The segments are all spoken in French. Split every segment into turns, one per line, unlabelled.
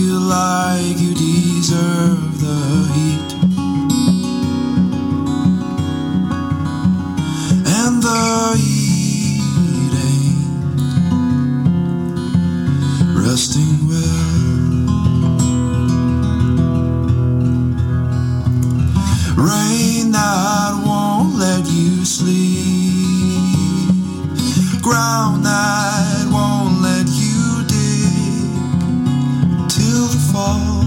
like you deserve the heat. And the heat ain't resting well. Rain that won't let you sleep. Ground that won't let you dig till the fall.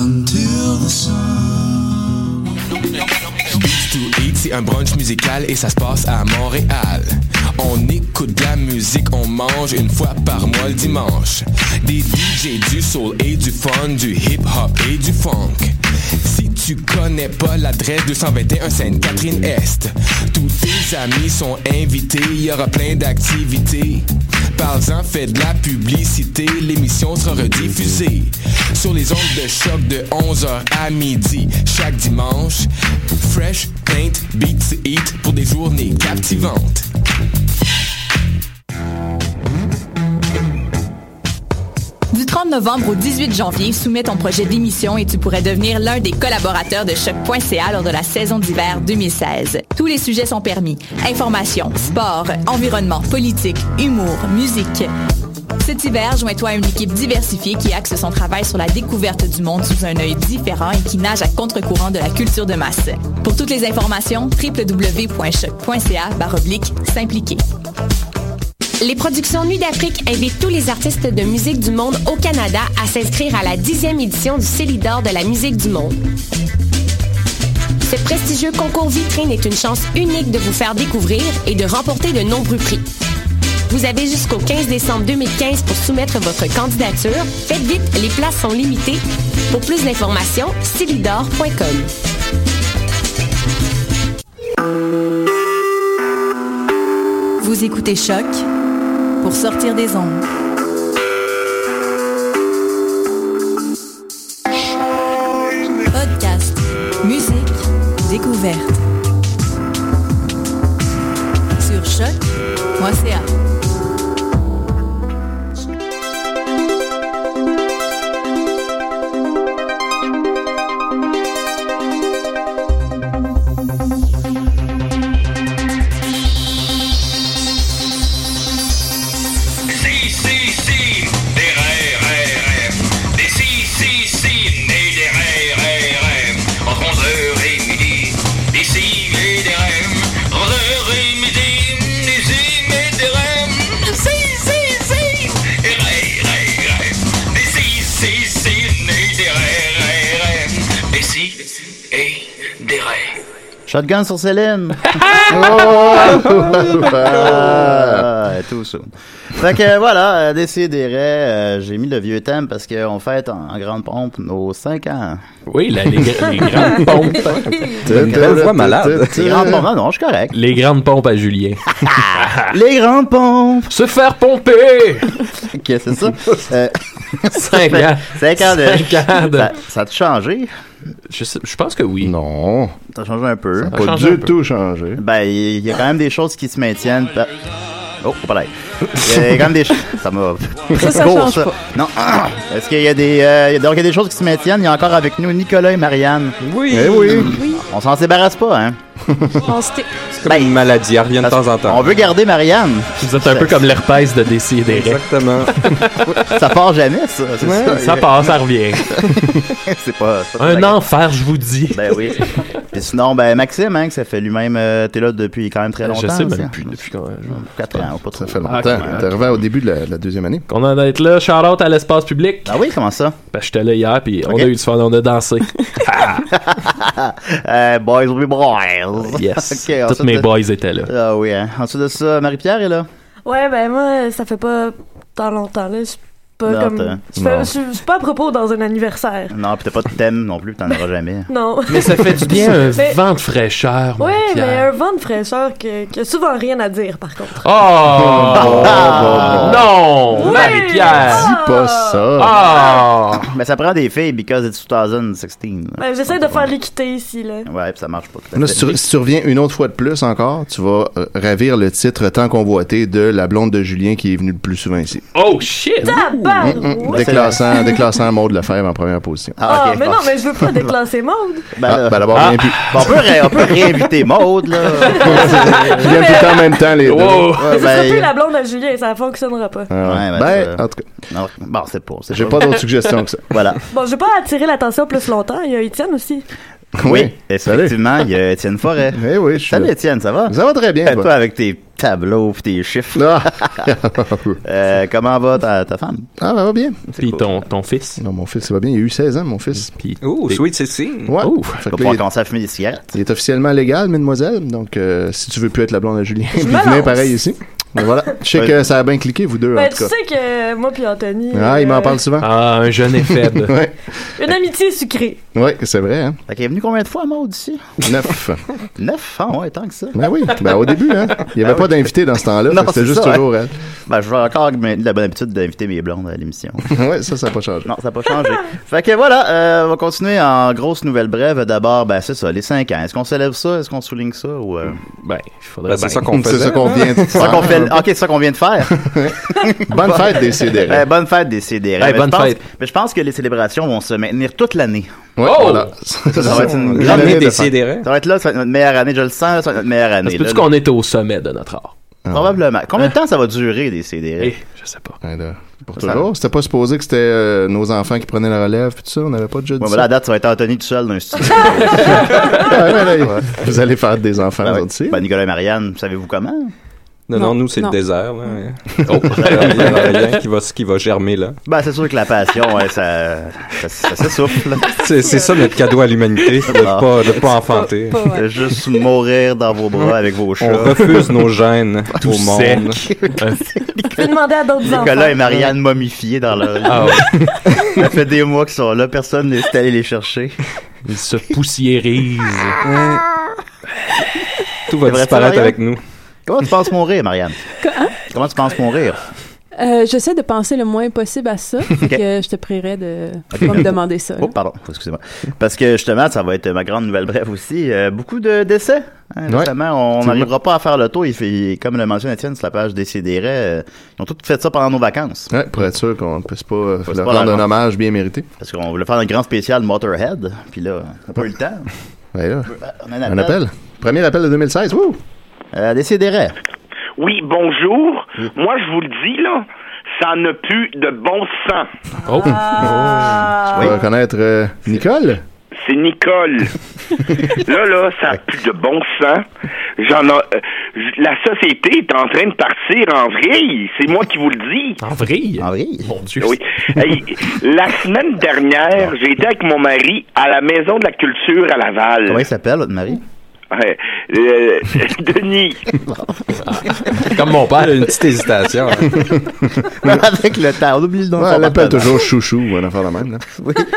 Until the sun.
Beats to Eat, c'est un brunch musical et ça se passe à Montréal. On écoute de la musique, on mange une fois par mois le dimanche. Des DJ du soul et du fun, du hip hop et du funk. Si tu connais pas l'adresse 221 Sainte-Catherine-Est, tous tes amis sont invités, il y aura plein d'activités. Parle-en, fais de la publicité, l'émission sera rediffusée sur les ondes de choc de 11h à midi chaque dimanche. Fresh, paint, beats, eat pour des journées captivantes.
Du 30 novembre au 18 janvier, soumets ton projet d'émission et tu pourrais devenir l'un des collaborateurs de choc.ca lors de la saison d'hiver 2016. Tous les sujets sont permis. Information, sport, environnement, politique, humour, musique. Cet hiver, joins-toi à une équipe diversifiée qui axe son travail sur la découverte du monde sous un œil différent et qui nage à contre-courant de la culture de masse. Pour toutes les informations, www.choc.ca baroblique s'impliquer.
Les productions Nuit d'Afrique invitent tous les artistes de musique du monde au Canada à s'inscrire à la 10e édition du Célidor de la musique du monde. Ce prestigieux concours vitrine est une chance unique de vous faire découvrir et de remporter de nombreux prix. Vous avez jusqu'au 15 décembre 2015 pour soumettre votre candidature. Faites vite, les places sont limitées. Pour plus d'informations, célidor.com.
Vous écoutez Choc pour sortir des ondes. Podcast, musique, découverte. Sur choc.ca.
Si, si, si, des RRRM. Des si, si, si, nés des RRRM. Entre 11h et midi, des si et des REM. 11h et midi, des si et des REM. Si, si, si, des RRRM. Des si, si, si, nés des RRRM. Des si et des RRRM.
Shotgun sur Oh, Céline. Ah, tout ça. Fait que euh, voilà, euh, décidérez, euh, j'ai mis le vieux thème parce qu'on fête en, en grande pompe nos 5 ans.
Oui, la- les, gra- les grandes pompes. hein.
Une
belle voix malade.
Les grandes pompes, ah non, je suis correct.
Les grandes pompes à Julien.
Les grandes pompes.
Se faire pomper!
Ok, c'est ça. Euh,
Cinq ans.
5 ans de...
Cinq ans de-
Ça, ça a changé?
Je, sais- je pense que oui.
Non,
T'as changé un peu.
Ça a
pas
changé un
du
peu.
tout changé.
Ben, il y a quand même des choses qui se maintiennent. pa- Oh, pas là. Il y a quand même des choses. Ça m'a.
Ça, ça
Bon,
change pas.
Non. Est-ce qu'il y a des. euh, il y a- donc, il y a des choses qui se maintiennent. Il y a encore avec nous Nicolas et Marianne.
Oui. Eh oui.
On s'en sébarrasse pas, hein. Ben,
On s'était-
C'est
Ben,
comme une maladie,
hein,
elle revient de temps en temps.
On veut garder Marianne.
Vous êtes un peu comme l'herpès de Décideret.
Exactement.
Ça part jamais, ça. C'est
Ouais,
Ça passe, ça revient.
C'est pas. c'est pas
Un
très grave.
enfer, je vous dis.
Ben oui. Puis sinon, ben Maxime, hein, que ça fait lui-même. euh, T'es là depuis quand même très longtemps.
Je sais même
ça.
plus depuis quand. je-
4 ans, pas
Ça
trop.
fait
Ah,
longtemps.
quand même.
T'es arrivé au début de la, la deuxième année.
Qu'on en est là, shout out à l'espace public.
Ah oui, comment ça?
Parce que j'étais là hier, puis on
Ok.
a eu du fun, on a dansé.
Euh, boys will be boys.
Euh, Yes.
Ok,
Toutes
ensuite
mes
de-
boys étaient là.
Ah oui, hein. Ensuite de ça, Marie-Pierre est là.
Ouais, ben moi, ça fait pas tant longtemps, là. Je pas
Non,
comme.
t'as-
je fais-
non.
je- C'est pas à propos dans un anniversaire.
Non, puis t'as pas de thème non plus, t'en auras jamais.
Non.
Mais ça fait du bien un
Mais-
vent de fraîcheur, mon
Ouais, mais
Pierre.
un vent de fraîcheur que- qui a souvent rien à dire, par contre.
Oh!
Ah!
Non!
Oui!
Marie-Pierre!
Ah!
Pas ça.
Ah!
Mais ça prend des filles because it's 2016. là.
Ben, J'essaie de faire l'équité ici, là.
Ouais, puis ça marche pas. tout à
Là,
fait.
si, tu, si tu reviens une autre fois de plus encore, tu vas euh, ravir le titre tant convoité de la blonde de Julien qui est venue le plus souvent ici.
Oh shit!
Tabarouette!
Mm, Déclassant, déclassant Maud Lefebvre en première position.
Ah,
ok,
mais
bon.
non, mais je veux pas déclasser Maud.
Ben,
Ah,
là,
ben d'abord,
Ah.
bien pu.
bon, on, peut ré- on peut réinviter Maude, là.
Bien pu en même temps, les deux.
Wow!
Ce
Ouais,
sera
ben,
plus la blonde à Julien, ça fonctionnera pas.
Ah ouais.
Ouais, ben,
ben,
ça-
en tout cas,
non, bon, c'est pas. c'est
j'ai pas d'autres suggestions que ça.
Voilà.
Bon, je vais pas attirer l'attention plus longtemps. Il y a Étienne aussi.
Oui,
Salut.
effectivement, il y a Étienne Forêt.
Eh oui, je suis
Salut
là.
Étienne, ça va?
Ça va très bien,
Et toi
toi.
avec tes tableaux pis tes chiffres.
Ah,
Euh, comment va ta, ta femme?
Ah, ça va bien.
Puis ton, ton fils.
Non, mon fils, ça va bien. Il a eu 16 ans, mon fils.
Puis
Oh,
t'es-
sweet 16.
Ouais.
Ouh.
Fait
Tu vas
que là,
pouvoir
il,
commencer à fumer des cigarettes.
il est officiellement légal, mademoiselle. Donc, euh, si tu veux plus être la blonde à Julien, puis
me
venez
lance.
pareil ici. Ben voilà. Je sais que ça a bien cliqué, vous deux, en
Ben, tu
tout cas.
sais que moi puis Anthony.
Ah, il
euh,
m'en parle souvent.
Ah, un jeune est faible.
Ouais,
Une amitié sucrée.
ouais c'est vrai, hein?
Fait qu'il est venu combien de fois, Maude, ici?
Neuf.
Neuf? Ah ouais, tant que ça.
Ben oui, ben au début, hein? Il n'y avait
Ah
pas
oui.
d'invité dans ce temps-là,
Non,
fait que c'était
c'est
juste
ça,
hein.
toujours elle.
Ben, je vais encore maintenir la bonne habitude d'inviter mes blondes à l'émission.
ouais, ça, ça n'a pas changé.
Non, ça n'a pas changé. fait que voilà, euh, on va continuer en grosse nouvelle brève. D'abord, ben c'est ça, les cinq ans. Est-ce qu'on s'élève ça? Est-ce qu'on souligne ça? Ou, euh,
Ben, il faudrait
Ben, c'est ça
bien.
qu'on
C'est
faisait.
ça qu'on vient de
ça
faire.
qu'on fait- Ok, c'est ça qu'on vient de faire.
Bonne fête des CDR.
Eh, bonne fête des CDR.
Eh,
mais
bonne
je pense,
fête.
Mais je pense que les célébrations vont se maintenir toute l'année.
Ouais,
Oh!
voilà. Ça,
va être une
J'ai l'année
grande
Ramener
de
des
faire.
CDR.
Ça va être là, ça va être notre meilleure année, je le sens, ça va être notre meilleure
Ça
année.
se peut-tu
là.
qu'on est au sommet de notre art? Hein?
Probablement. Combien de temps ça va durer, des CDR?
Eh, je sais pas.
Ouais, là, Pour toujours. C'était pas supposé que c'était euh, nos enfants qui prenaient la relève, puis tout ça. On n'avait pas déjà dit
Bon, ben,
ça.
là, à date, ça va être Anthony tout seul dans un studio.
Ouais, ouais, ouais. Vous allez faire des enfants,
Ben,
vous
ouais.
autres, si.
Ben, Nicolas et Marianne, savez-vous comment?
Non, non, nous, c'est
Non.
le désert. là. Oh. Il y en a rien qui va, qui va germer, là.
Ben, c'est sûr que la passion, ouais, ça, ça, ça s'essouffle.
C'est c'est ça notre cadeau à l'humanité, c'est de
Ah.
pas, de pas enfanter.
Pas-
C'est Juste mourir dans vos bras avec vos
On
chats.
refuse nos gènes au monde.
Tu peux demander à d'autres enfants.
Nicolas et Marianne momifiés dans leur lit.
Ah ouais.
Ça fait des mois qu'ils sont là, personne n'est allé les chercher.
Ils se poussiérisent.
Tout va
C'est vrai,
disparaître
Marianne?
avec nous.
Comment tu penses mourir, Marianne? Comment tu penses mourir?
Euh, J'essaie de penser le moins possible à ça. fait que je te prierais de pas me demander ça. là.
Oh,
Hein?
pardon, excusez-moi. Parce que justement, ça va être ma grande nouvelle brève aussi. Euh, beaucoup de décès. hein,
Ouais.
récemment. on
C'est
n'arrivera pas à faire le tour. Il fait, comme le mentionne Étienne sur la page Décideret, euh, ils ont tous fait ça pendant nos vacances.
Ouais, pour être sûr qu'on ne puisse pas euh,
Faut
leur
pas
rendre
leur-
un hommage bien mérité.
Parce qu'on voulait faire un grand spécial Motorhead. Puis là, on n'a pas eu le temps.
Ouais, là,
Ah, On a un
un appel. Premier appel de 2016. Wouh!
Euh, Décideret.
Oui, bonjour. Moi, je vous le dis, là, ça n'a plus de bon sens.
Oh. Ah.
On va reconnaître euh, Nicole.
C'est Nicole. là, là, ça n'a plus de bon sens. J'en ai- euh, j- la société est en train de partir en vrille. C'est moi qui vous le dis.
En vrille.
En vrille.
Mon Dieu.
Oui. Hey, la semaine dernière, j'ai été avec mon mari à la Maison de la Culture à Laval.
Comment il s'appelle, votre mari?
Ouais. Euh, Denis,
Comme mon père.
Une petite hésitation.
Avec le temps, on oublie le nom. de
Ouais,
son
elle appelle
partenaire.
toujours Chouchou ou un affaire de même. là.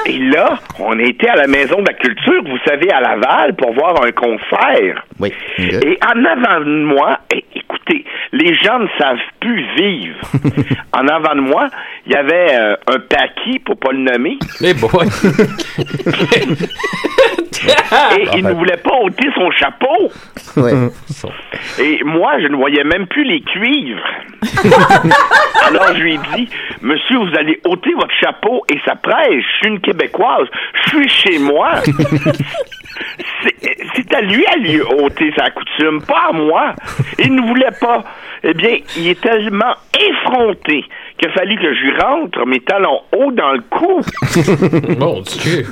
et là, on était à la Maison de la Culture, vous savez, à Laval, pour voir un concert.
Oui.
Ok.
Et en avant de moi, é- écoutez, les gens ne savent plus vivre. en avant de moi, il y avait euh, un paquis, pour pas le nommer,
Eh boy.
et il ne voulait pas ôter son chapeau.
Ouais.
Et moi, je ne voyais même plus les cuivres. Alors je lui ai dit, monsieur, vous allez ôter votre chapeau et ça prêche. Je suis une Québécoise. Je suis chez moi. C'est- C'est à lui à lui ôter sa coutume, pas à moi. Il ne voulait pas. Eh bien, il est tellement effronté qu'il a fallu que je lui rentre mes talons hauts dans le cou.
Mon Dieu.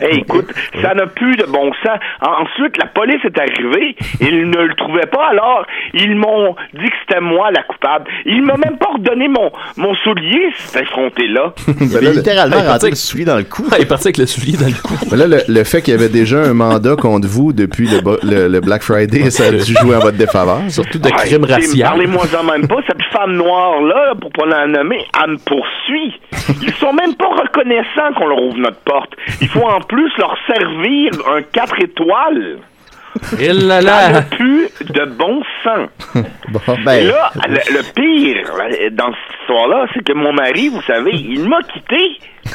Hey, Eh, écoute, ça n'a plus de bon sens. En- Ensuite, la police est arrivée. Ils ne le trouvaient pas, alors ils m'ont dit que c'était moi la coupable. Ils m'ont même pas redonné mon, mon soulier, cet effronté-là.
Ben,
Ben
soulier dans le cou.
Il est parti avec le soulier dans le cou.
Mais là, le, le fait qu'il y avait déjà un mandat contre vous depuis le, bo- le- le Black Friday, ça a dû jouer en votre défaveur.
Surtout
Ah, écoutez, Parlez-moi en même pas. Cette femme noire-là, pour pas la nommer, elle me poursuit. Ils sont même pas reconnaissants qu'on leur ouvre notre porte. Il faut en plus leur servir un 4 étoiles.
Il là
Ça n'a plus de bon sens.
ben,
Ben,
Et là,
euh,
le, le pire là, dans cette histoire-là, c'est que mon mari, vous savez, il m'a quitté.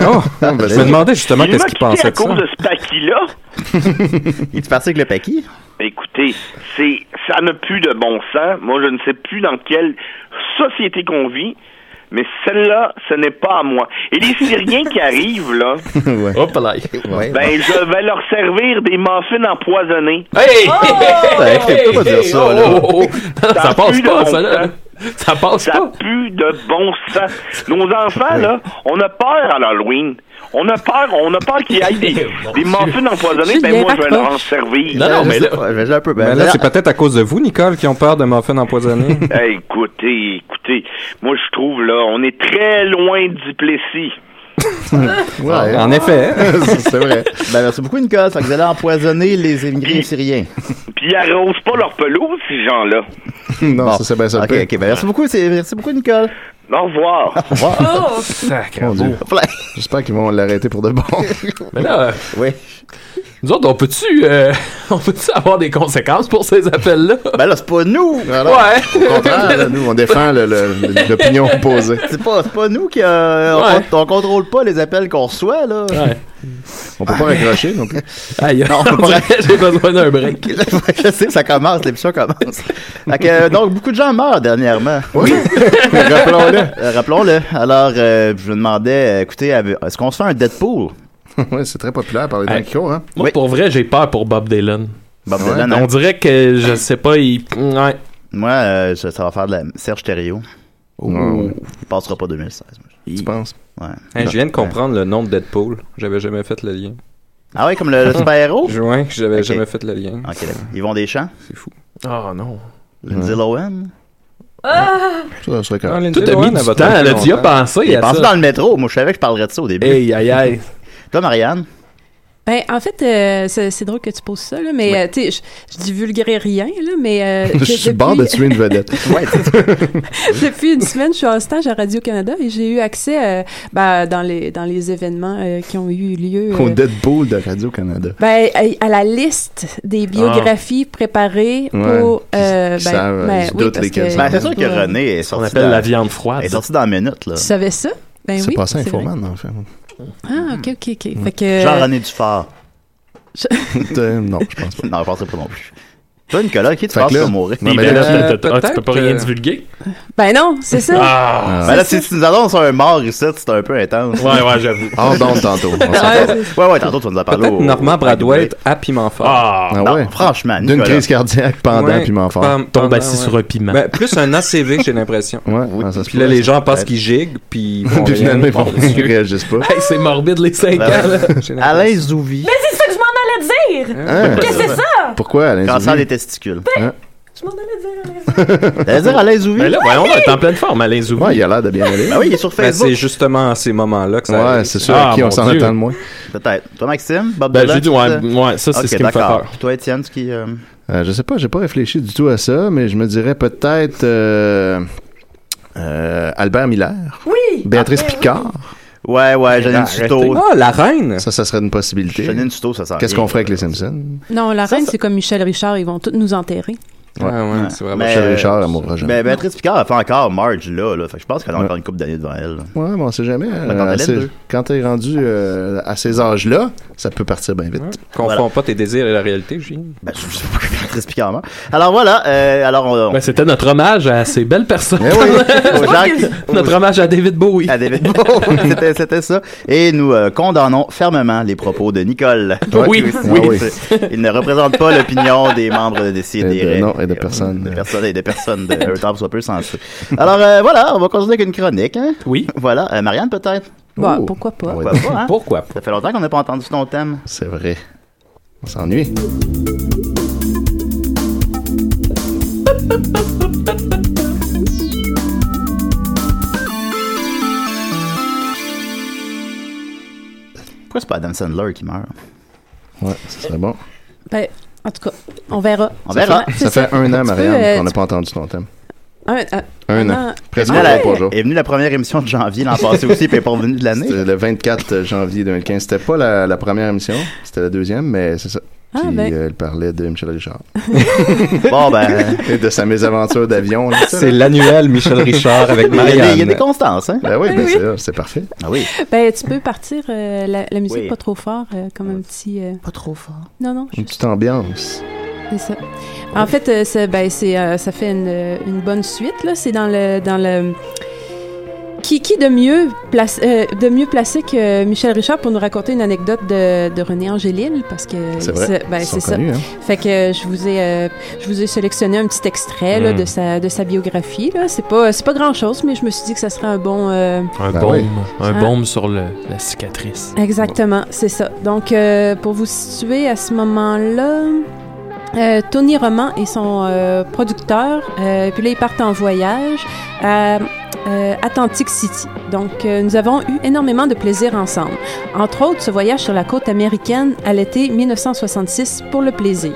Oh, ben, je me demandais justement
Il
qu'est-ce
m'a
qu'il
quitté
pensait
à
de ça.
cause de ce paquis-là. Ben,
Il te parti avec le paquis?
Écoutez, c'est ça n'a plus de bon sens. Moi, je ne sais plus dans quelle société qu'on vit, mais celle-là, ce n'est pas à moi. Et les Syriens qui arrivent là,
ouais.
Hop là.
Eh
ben je vais leur servir des muffins empoisonnés.
Hey!
Ah,
Hey!
Hey! Oh, oh, oh, oh.
Ça
Ça
a
passe
plus de
pas,
bon
ça, là.
sens.
Ça passe
Ça
pas.
pue de bon sens. Nos enfants, là, on a peur à l'Halloween. On a peurs, on a peur qu'il y ait des, des muffins empoisonnés, ben
Julien,
moi je vais leur en
raccroche.
servir.
Non, non, mais là-
Je vais jouer un peu. ben,
Mais là, c'est peut-être à cause de vous, Nicole, qui ont peur de muffins empoisonnés.
Eh, écoutez, écoutez, moi je trouve là, on est très loin du Plessis.
En effet.
c'est vrai. Ben, merci beaucoup, Nicole. Ça fait que vous allez empoisonner les immigrés syriens.
Puis ils arrosent pas leur pelouse, ces gens-là.
non, ça, c'est bien ça.
OK, OK. Ben, merci beaucoup, c'est- merci beaucoup, Nicole.
Au revoir.
Au revoir.
Oh.
Mon Dieu. J'espère qu'ils vont l'arrêter pour de bon.
Mais là, euh,
oui.
nous autres, on peut-tu euh, on peut-tu avoir des conséquences pour ces appels-là?
Ben là, c'est pas nous!
ouais!
Au contraire, là, nous, on défend le- le- l'opinion opposée.
C'est pas, c'est pas nous qui. euh, on-
Ouais.
on, contrôle pas les appels qu'on reçoit, là. Ah.
On peut pas raccrocher non plus.
Aïe,
Non, on peut pas-
j'ai besoin d'un break.
je sais, ça commence, l'émission commence. Fait que, euh, donc, beaucoup de gens meurent dernièrement. Oui.
Rappelons-le.
Rappelons-le. Alors, euh, je me demandais, euh, écoutez, avez- est-ce qu'on se fait un Deadpool?
oui, c'est très populaire par les gens qui courent, hein?
Moi, pour vrai, j'ai peur pour Bob Dylan.
Bob
Ouais. Ben,
Dylan, hein.
On dirait que, je sais pas, il... Ouais.
Moi, euh, ça, ça va faire de la Serge Thériault.
ouais.
Il passera pas 2016. moi.
Oh. Tu
penses?
Ouais.
Hein, je viens de comprendre le nom de Deadpool. J'avais jamais fait le lien.
Ah ouais, comme le, le super-héros?
Je- Ouais, j'avais jamais fait le lien.
Ok, d'accord. Ils vont des champs?
C'est fou.
Oh non.
Lindsay Lohan?
Ça serait quand
Ah,
même.
Lindsay Tout a Lohan, mis elle du va temps, très elle a dit, longtemps. Ah, pensé
Il est
à
pensé
ça.
dans le métro. Moi, je savais que je parlerais de ça au début.
Hey, aïe, aïe.
Toi, Marianne?
Ben, en fait, euh, c'est c'est drôle que tu poses ça, là, mais euh, tu sais, je- je divulguerai rien, là, mais... euh,
Je
de-
suis bord de
depuis-
tuer une vedette.
Depuis une semaine, je suis en stage à Radio-Canada et j'ai eu accès euh, ben, dans, les, dans les événements euh, qui ont eu lieu.
Au
euh,
Deadpool de Radio-Canada.
ben, à- à la liste
Ah.
des biographies préparées
Ouais,
pour. euh,
qui
ben,
savent,
ben,
ils se
oui,
doutent
parce
lesquels
que-
sont. Ben, c'est sûr que
Ouais.
René est sorti.
appelle
dans-
la viande froide.
Est sorti dans la minute, là.
Tu savais ça? Ben
c'est
oui.
passé
vrai.
informant, en fait.
Ah, ok, ok, ok.
Mm.
Fait que,
Jean-René Dufort.
Euh, non, je pense
pas. non, je penserais pas non plus. Toi, Nicolas, qui tu
Fait
penses
que là-
va mourir?
Non, mais là, euh,
Ah, tu peux pas rien divulguer?
Ben non, c'est ça.
Ah, ben là, si tu nous annonces un mort ici, c'est un peu intense.
Ouais, ouais, j'avoue.
Hors d'onde tantôt. Ah, On s'en parle.
Ouais, ouais, tantôt, tu vas nous en parler.
Peut-être
au-
Normand Bradway à piment fort.
Ah,
non, franchement,
D'une
Nicolas.
crise cardiaque pendant
Ouais,
Piment Fort.
pam-
Tombe
pendant,
assis
ouais.
sur un piment.
Ben, plus un ACV, j'ai l'impression.
Ouais, ah, ça se
Puis là,
pourrait,
les
ça.
gens pensent qu'ils giguent, puis ils vont
Puis
rien.
finalement, ils font-
Bon,
ils réagissent pas.
Hey, c'est morbide les 5 ans. là.
Alain Zouvi.
Mais c'est ça que je m'en allais dire!
Hein?
Ben,
Qu'est-ce que c'est ça?
Pourquoi, Alain
Cancer
Zouvi?
des testicules.
Hein?
Je m'en allais dire. allez.
T'allais dire Alain Zouvi?
Ben là, voyons, on est en pleine forme, Alain Zoubi.
Ouais, il a l'air de bien aller.
Ben oui, il est sur
Ben,
Facebook.
c'est justement à ces moments-là que ça
Ouais, c'est sûr
Ah,
à qui on
mon
s'en
Dieu.
attend de moins.
Peut-être. Toi, Maxime? Bob
Ben,
Dylan,
j'ai dit,
tu
ouais,
sais?
ouais, ça, c'est
Ok,
ce qui me fait
d'accord.
peur.
Puis Toi, Étienne, ce qui. euh,
Euh, je sais pas, j'ai pas réfléchi du tout à ça, mais je me dirais peut-être euh, euh, Albert Miller,
Oui!
Béatrice
Ah, ben oui.
Picard.
Ouais, ouais, Euh, Janine Tuto.
Ah, la reine!
Ça, ça serait une possibilité.
Janine Tuto, ça sent.
Qu'est-ce qu'on ferait avec les Simpsons?
Non, la reine, c'est comme Michel Richard, ils vont tous nous enterrer.
Ah ouais, c'est vraiment...
Mais-
Michel Richard, elle mourra jamais.
Ben, Béatrice Picard, elle fait encore Marge là, là. Fait que je pense qu'elle a encore une couple d'années devant elle. là.
Ouais, mais on sait jamais. euh,
Attends, t'as
c'est-
l'aide, deux.
quand t'es rendu euh, à ces âges-là, ça peut partir bien vite.
Confonds
Voilà.
pas tes désirs et la réalité, Julien.
Ben, je sais pas que Béatrice Picard meurt. Alors voilà, euh, alors on. on-
Ben, c'était notre hommage à ces belles personnes.
Eh oui,
aux gens qui-
notre hommage à David Bowie.
à David Bowie, c'était, c'était ça. Et nous euh, condamnons fermement les propos de Nicole.
Oui,
oui.
c'est- Il ne représente pas l'opinion des membres de
et
Décidérés.
de, non, et de personne.
De personnes et de personnes de un temps soit peu sensé. Alors euh, voilà, on va continuer avec une chronique. hein.
Oui.
Voilà, Euh, Marianne peut-être.
Oh.
Bah, pourquoi pas?
Pourquoi pas? hein? Ça fait longtemps qu'on n'a pas entendu ton thème.
C'est vrai. On s'ennuie.
Pourquoi c'est pas Adam Sandler qui meurt?
Ouais, ça serait bon.
Ben, en tout cas, on verra.
On verra.
C'est
Ça fait un
Tu
an,
peux,
Marianne,
euh,
qu'on n'a pas entendu ton thème.
Un, euh,
Un
un
an. Presque
Ah,
trois
ouais.
trois jours.
Est venue la première émission de janvier l'an passé aussi, puis elle est pas revenue de l'année.
C'était le 24 janvier 2015. C'était pas la, la première émission, c'était la deuxième, mais c'est ça.
Ah,
Puis
ben.
euh, elle parlait de Michel Richard.
bon, ben.
Et de sa mésaventure d'avion. là, ça,
C'est
là.
l'annuel Michel Richard avec
Il y a des-
Marianne.
il y a des
constances, hein?
Ben oui, ben
Oui.
c'est- c'est parfait.
Ah oui.
Ben, tu peux partir euh, la, la musique
Oui.
pas trop fort, euh, comme un petit. Pas trop fort. Non, non,
Une petite ambiance.
c'est ça. En fait, euh, c'est- ben, c'est, euh, ça fait une, euh, une bonne suite, là. C'est dans le. Dans le... Qui, qui de, mieux place, euh, de mieux placé que euh, Michel Richard pour nous raconter une anecdote de, de René Angélil? Parce que
C'est vrai.
ben,
Ils sont
c'est ça.
connus, hein.
Fait que euh, je vous ai, euh, je vous ai sélectionné un petit extrait là,
Hmm.
Mm.
de, sa, de sa biographie. Là. C'est, pas, c'est pas grand-chose, mais je me suis dit que ça serait un bon... euh,
Un
Ben
baume.
oui.
Un
Ah.
baume sur le- la cicatrice.
Exactement, c'est ça. Donc, euh, pour vous situer à ce moment-là, euh, Tony Roman et son euh, producteur, euh, puis là, ils partent en voyage à euh, Atlantic City. Donc, euh, nous avons eu énormément de plaisir ensemble. Entre autres, ce voyage sur la côte américaine à l'été 1966 pour le plaisir.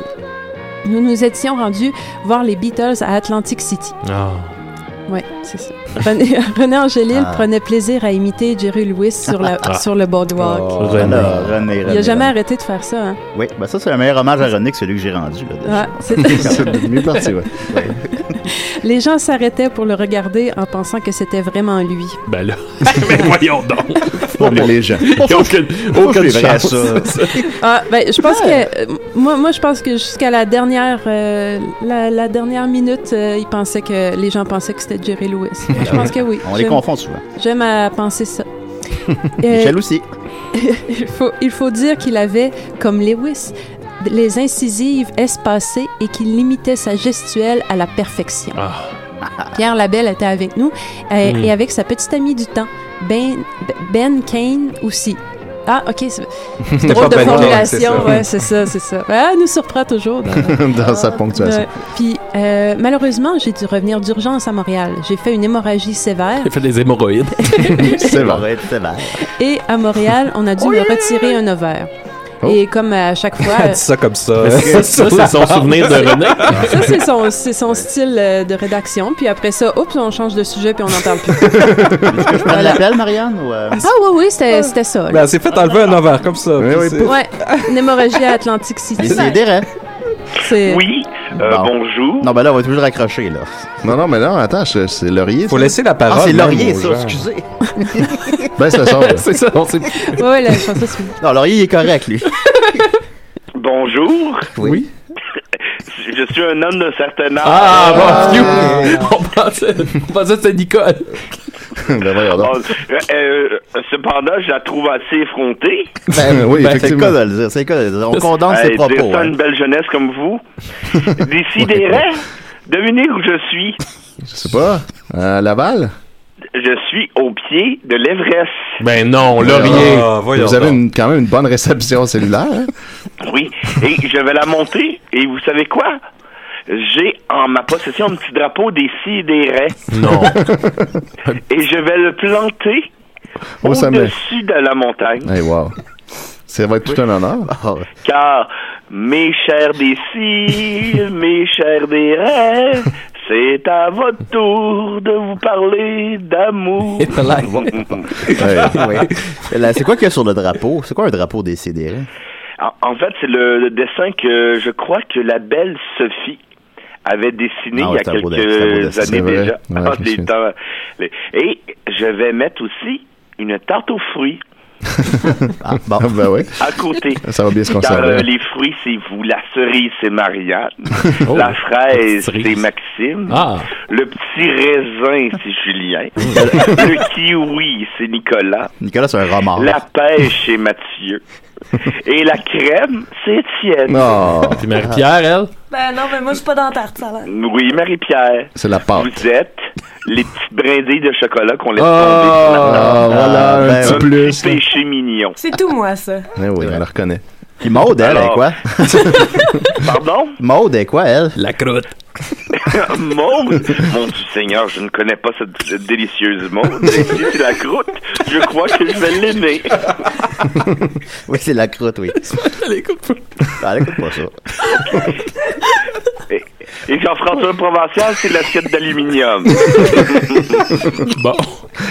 Nous nous étions rendus voir les Beatles à Atlantic City.
Ah.
Ouais, c'est ça. René, René Angélil
Ah.
prenait plaisir à imiter Jerry Lewis sur, la,
Ah.
sur le boardwalk.
Oh, René. Alors, René,
Il
René,
n'a jamais
René.
arrêté de faire ça. Hein?
Oui, ben ça, c'est un meilleur hommage à René que celui que j'ai rendu. Là, déjà.
Ouais, c'est- C'est le mieux parti,
ouais.
Les gens s'arrêtaient pour le regarder en pensant que c'était vraiment lui.
Ben là. Mais voyons donc.
Pour les gens.
Il n'y a aucune, aucune
Pourquoi
chance.
je fais ça?
Ah, ben, je pense que euh, moi, moi, je pense que jusqu'à la dernière, euh, la, la dernière minute, euh, ils pensaient que les gens pensaient que c'était Jerry Lewis. je pense que oui.
On les
J'aime-
confond souvent.
J'aime à penser ça.
Euh,
Michel aussi.
il, faut, il faut dire qu'il avait, comme Lewis, les incisives espacées et qu'il limitait sa gestuelle à la perfection.
Ah.
Pierre Labelle était avec nous euh,
Mm.
et avec sa petite amie du temps, Ben, ben Kane aussi. Ah, OK. c'est-
C'était
Drôle
pas
de
Ben Kane,
formulation,
c'est ça.
ouais, c'est ça, c'est ça. Ouais, elle nous surprend toujours. dans- Ah,
Dans sa ponctuation.
Ouais. Puis, euh, malheureusement, j'ai dû revenir d'urgence à Montréal. J'ai fait une hémorragie sévère
Il fait des hémorroïdes.
C'est
vrai. C'est vrai.
et à Montréal, on a dû me retirer un ovaire. Et comme à chaque fois...
Elle dit Oh. ça comme ça.
Parce que ça, c'est son souvenir de René.
Ça, c'est son, c'est son style euh, de rédaction. Puis après ça, oups, on change de sujet puis on n'en parle plus.
Est-ce que je prends l'appel, Marianne? Ou, euh,
Ah oui, oui, c'était c'était ça. là.
Ben, elle s'est fait enlever un ovaire comme ça. puis c'est-
Ouais, une hémorragie à Atlantic City.
Décidérez.
C'est...
Oui. Bonjour.
Non, ben là, on va toujours raccrocher, là.
Non, non, mais non, attends, je- c'est Laurier.
Faut laisser la parole
Ah, c'est
même
Laurier,
aux
ça,
gens.
excusez. Ben, ça sort.
C'est ça, on sait plus.
Ouais, là, je pense que c'est...
Non, Laurier, il est correct, lui.
Bonjour.
Oui.
Je suis un homme d'un certain âge.
Ah, bon, you. On pensait, on pensait que c'était Nicole.
Ben
Bon, euh, euh, cependant, je la trouve assez effrontée.
Ben,
oui,
c'est le
effectivement.
cas de le dire. C'est le cas de le dire. On condense
Hey,
ses propos.
Dire ça à
hein.
une belle jeunesse comme vous. Décidérez. Devinez où je suis.
Je sais pas. À Laval?
Je suis au pied de l'Everest.
Ben non,
Laurier.
voyons
vous avez
donc.
une- quand même une bonne réception cellulaire. hein?
Oui, et je vais la monter. Et vous savez quoi? J'ai en ma possession un petit drapeau des sidérés.
Non.
et je vais le planter
Au sommet.
au-dessus de la montagne.
Hey, wow. Ça va être tout un honneur.
Car mes chers des cils, mes chers des rêves, c'est à votre tour de vous parler d'amour.
Ouais, ouais. Là, C'est quoi qu'il y a sur le drapeau? C'est quoi un drapeau des CDR?
En, en fait, c'est le, le dessin que je crois que la belle Sophie avait
Ah
dessiné il y
ouais,
a
c'est un beau dessin, c'est un beau
quelques
dessin.
années
C'est vrai.
déjà.
Ouais,
Ah,
je me
les
souviens.
temps- les- Et je vais mettre aussi une tarte aux fruits
Ah, bon.
ben oui.
à côté.
Ça va bien se
Car
conserver.
euh, les fruits, c'est vous. La cerise, c'est Marianne.
Oh,
la fraise,
la cerise.
c'est Maxime.
Ah.
Le petit raisin, c'est Julien. le kiwi, c'est Nicolas.
Nicolas, c'est un remords.
La pêche, c'est Mathieu. Et la crème, c'est Étienne.
Non.
Puis Marie-Pierre, elle?
Ben non, mais moi, je suis pas dans la tarte, ça a l'air.
Oui, Marie-Pierre.
C'est la pâte.
Vous êtes les petites brindilles de chocolat qu'on laisse
Ah,
tomber.
voilà, un petit plus, là.
péché mignon.
C'est tout, moi, ça.
Eh oui, on la reconnaît.
Puis Maude, elle, elle est
Alors-
quoi?
Pardon?
Maude, elle est quoi, elle? La croûte.
Maude? Mon Dieu Seigneur, je ne connais pas cette, cette délicieuse maude. C'est la croûte. Je crois que je vais l'aimer.
oui, c'est la croûte, oui. elle écoute pas. elle écoute pas ça.
Et, et Jean-François Provincial, c'est l'assiette d'aluminium.
Bon.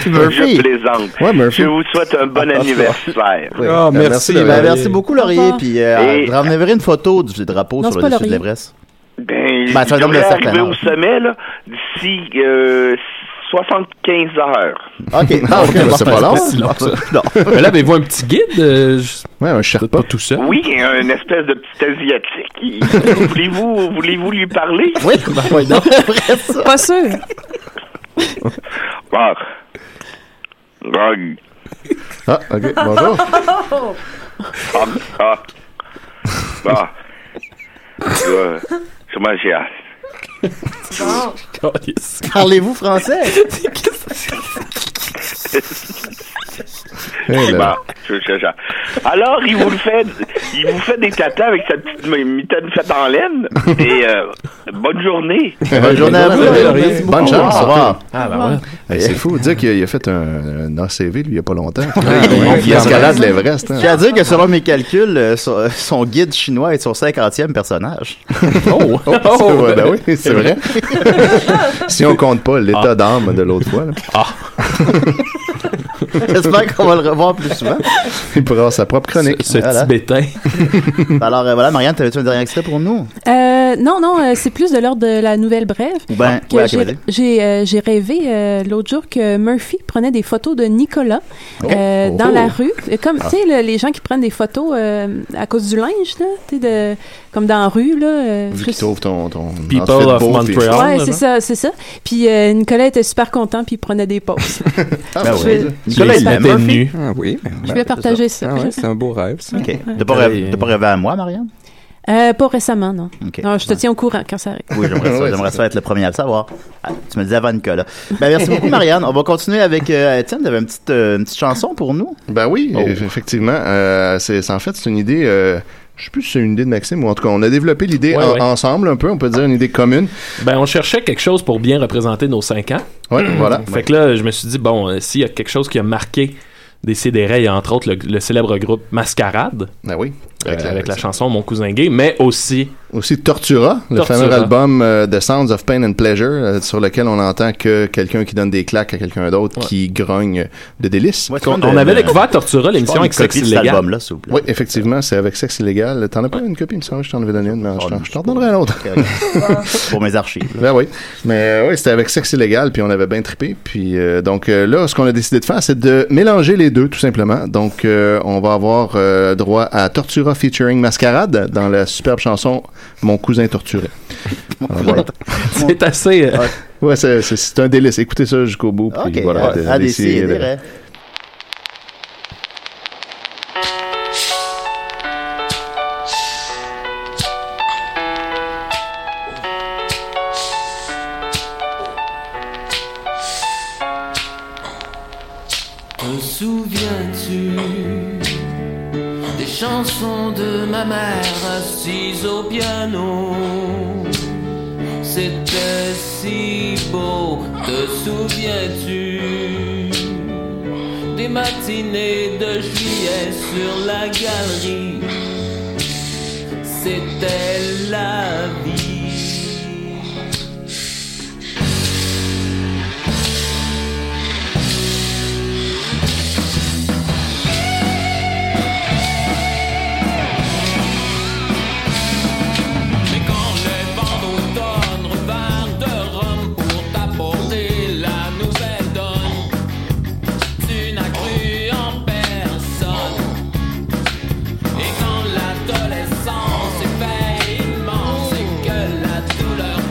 Murphy.
Je plaisante.
Ouais, Murphy.
je vous souhaite un bon anniversaire.
Oui.
Ah,
Euh, Ben,
Valérie.
merci beaucoup, Laurier. Puis, euh,
Et-
je renverrai une photo du drapeau
Non,
sur
c'est
le
pas
dessus de
Laurier.
l'Everest.
Ben,
Ben, ça
il
donne le
devrait
certain
arriver au
âge.
sommet là, d'ici euh, 75 heures.
OK.
Ah, ok,
bah, c'est pas long.
si long que ça.
Non.
Mais là, avez-vous un petit guide? euh, je-
Ouais, un Sherpa.
Pas tout seul.
Oui, une espèce de petit asiatique. Il- voulez-vous, voulez-vous lui parler?
Oui, ben,
Pas sûr.
Bon. Bon.
Ah, ok, bonjour.
Ah, ah. Bon. Euh, Comment j'ai hâte.
Parlez-vous français?
Eh
Bon, je- je- je- Bah. Alors, il vous le fait, il vous fait des tatas avec sa petite mi- mitaine faite en laine. Et euh, bonne journée.
Bonne journée à vous.
Valérie.
Merci beaucoup. Bonne chance.
Au revoir.
surtout.
Ah, ben ouais.
Hey, c'est fou de dire qu'il a fait un, un ACV, lui, il y a pas longtemps. Ah, il
quand
escalade
même.
l'Everest. hein.
J'ai à dire que selon mes calculs, euh, son, son guide chinois est son 50e personnage.
Oh, c'est vrai, ben oui, c'est vrai. si on compte pas l'état d'âme de l'autre fois. là.
J'espère qu'on va le revoir plus souvent.
Il pourra avoir sa propre chronique.
Ce- ce Voilà. petit
bétain.
Alors euh, voilà, Marianne, t'avais-tu un dernier extrait pour nous?
Euh, non, non, euh, c'est plus de l'ordre de la nouvelle brève.
Ou ben,
Que
ouais, ok,
Ah, j'ai-
vas-y.
j'ai euh, j'ai rêvé euh, l'autre jour que Murphy prenait des photos de Nicolas euh,
Oh.
dans
Oh.
la rue. Et Comme,
Ah.
tu sais, le- les gens qui prennent des photos euh, à cause du linge, là, tu sais, de- comme dans la rue, là. euh,
Vu
frus-
qu'il trouve ton, ton
People
outfit
of
beau, puis-
Montreal.
Ouais, c'est ça, c'est ça. Puis euh, Nicolas était super content, puis il prenait des pauses.
Ah,
Je vais-
Nicolas, il l'aime, Murphy?
Ah oui.
Je vais partager ça.
Ah ouais, c'est un beau rêve, ça.
OK. T'as pas, rêvé- t'as pas rêvé à moi, Marianne?
Euh, pas récemment, non.
Ok.
Non, je te tiens au courant quand ça arrive.
Oui, j'aimerais ça,
Ouais,
j'aimerais ça être le premier à le savoir. Ah, tu me disais avant Nicolas. Ben, merci beaucoup, Marianne. On va continuer avec euh, Étienne. T'avais une petite, euh, une petite chanson pour nous.
Ben oui,
Oh.
eff- effectivement. euh, c'est, c'est- en fait, c'est une idée. euh, je sais plus si c'est une idée de Maxime ou en tout cas, on a développé l'idée
Ouais,
en-
ouais.
ensemble un peu. On peut dire une idée commune.
Ben, on cherchait quelque chose pour bien représenter nos 5 ans.
Ouais, voilà.
Fait que là, je me suis dit, bon, euh, s'il y a quelque chose qui a marqué des CDR, il y a entre autres le, le célèbre groupe Mascarade. euh,
Ah oui.
Avec, la, chanson Mon cousin gay, mais aussi.
Aussi Tortura, le
Tortura.
fameux album euh, The Sounds of Pain and Pleasure, euh, sur lequel on entend que quelqu'un qui donne des claques à quelqu'un d'autre qui grogne de délices.
On- on avait découvert Tortura, l'émission avec Sexe illégal.
Oui, effectivement, c'est avec Sexe illégal. T'en as pas une copie, il me semble, je t'en avais donné une, mais je
Ah,
t'en- je t'en redonnerai un autre.
pour mes archives.
Ben oui. Mais euh, oui, c'était avec Sexe illégal, puis on avait bien trippé. Puis euh, donc euh, là, ce qu'on a décidé de faire, c'est de mélanger les deux, tout simplement. Donc euh, on va avoir euh, droit à Tortura featuring Mascarade dans la superbe chanson Mon cousin torturé. Alors, voilà.
C'est assez. euh,
Ouais, c'est, c'est- c'est un délice. Écoutez ça jusqu'au bout. Puis
OK.
voilà,
à- à des si et des
décidez.
rêves.
Te souviens-tu des chansons de ma mère assise au piano C'était si beau, te souviens-tu des matinées de juillet sur la galerie C'était la vie. Mais quand les vents d'automne revinrent de Rome pour t'apporter la nouvelle donne, tu n'as cru en personne. Et quand l'adolescence est faite immense et que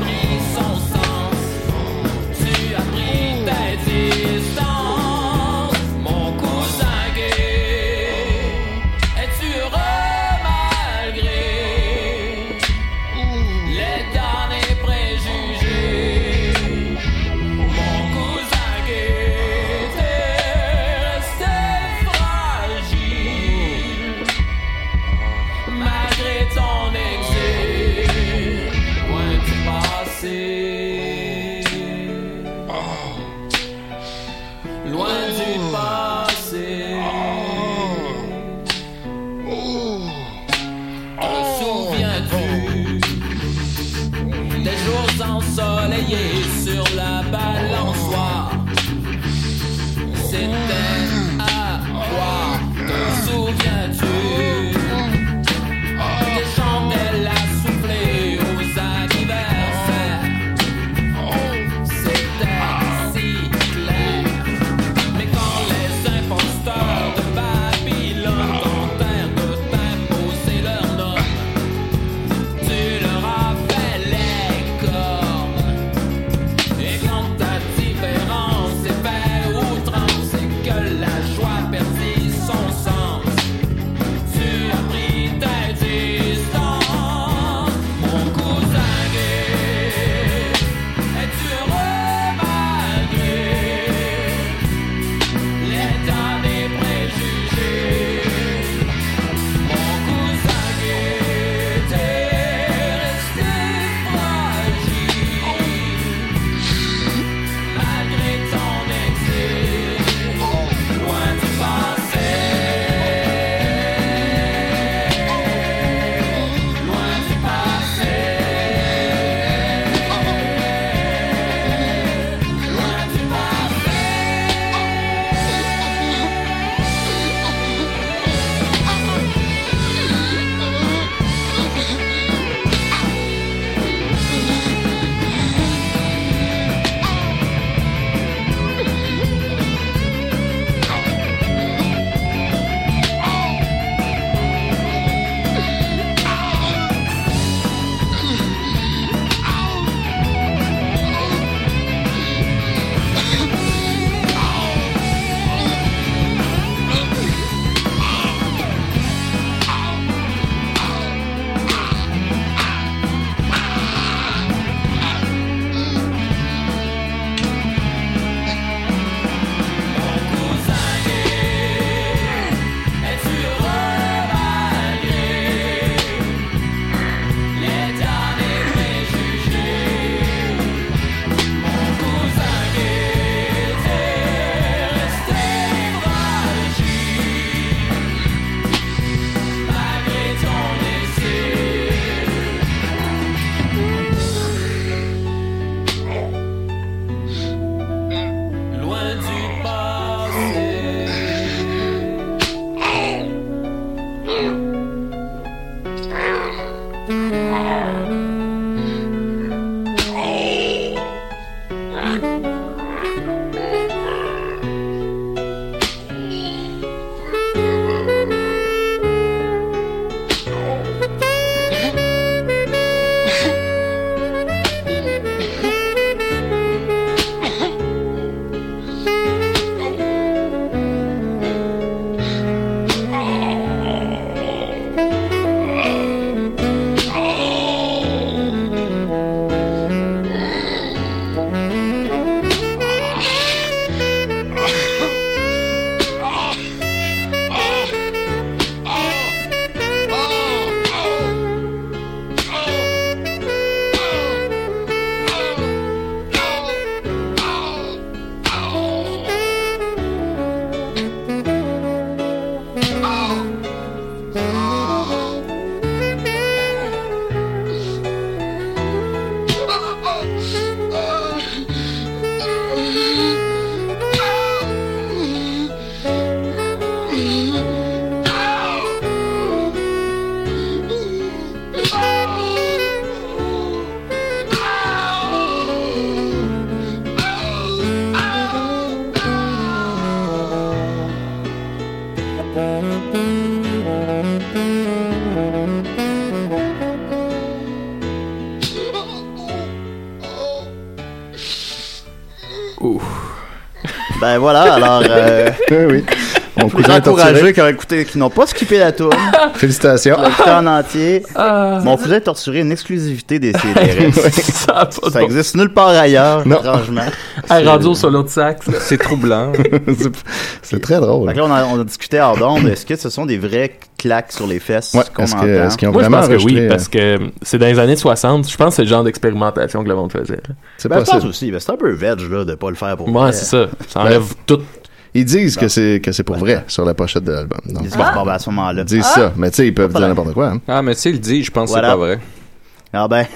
Ben voilà, alors. euh,
oui. On
je vous
cousin est torturé.
encourager qui, ont écouté- qui n'ont pas skippé la tourne.
Félicitations.
en entier. Mon cousin est torturé une exclusivité des CDR.
Ah. ça
ça existe nulle part ailleurs, étrangement.
Hey, rendu au solo de sax.
C'est troublant.
c'est très drôle.
là, on a, on a discuté hors d'onde. Est-ce que ce sont des vraies claques sur les fesses qu'on entend?
Moi, je pense que
euh,
oui, parce que c'est dans les années 60. Je pense que c'est le genre d'expérimentation que le monde faisait. là.
Ben, je pense aussi. ben, c'est un peu veg là, de pas le faire pour
Ouais,
vrai.
c'est ça. Ça enlève
Ben,
tout.
Ils disent que c'est que c'est pour vrai sur la pochette de l'album. Donc,
disent, Ah. bon, ben, à ce moment-là.
Ils disent
Ah.
ça, mais tu sais, ils peuvent dire n'importe quoi. hein.
Ah, mais s'il le dit, je pense
Voilà.
que c'est pas vrai.
Ah ben.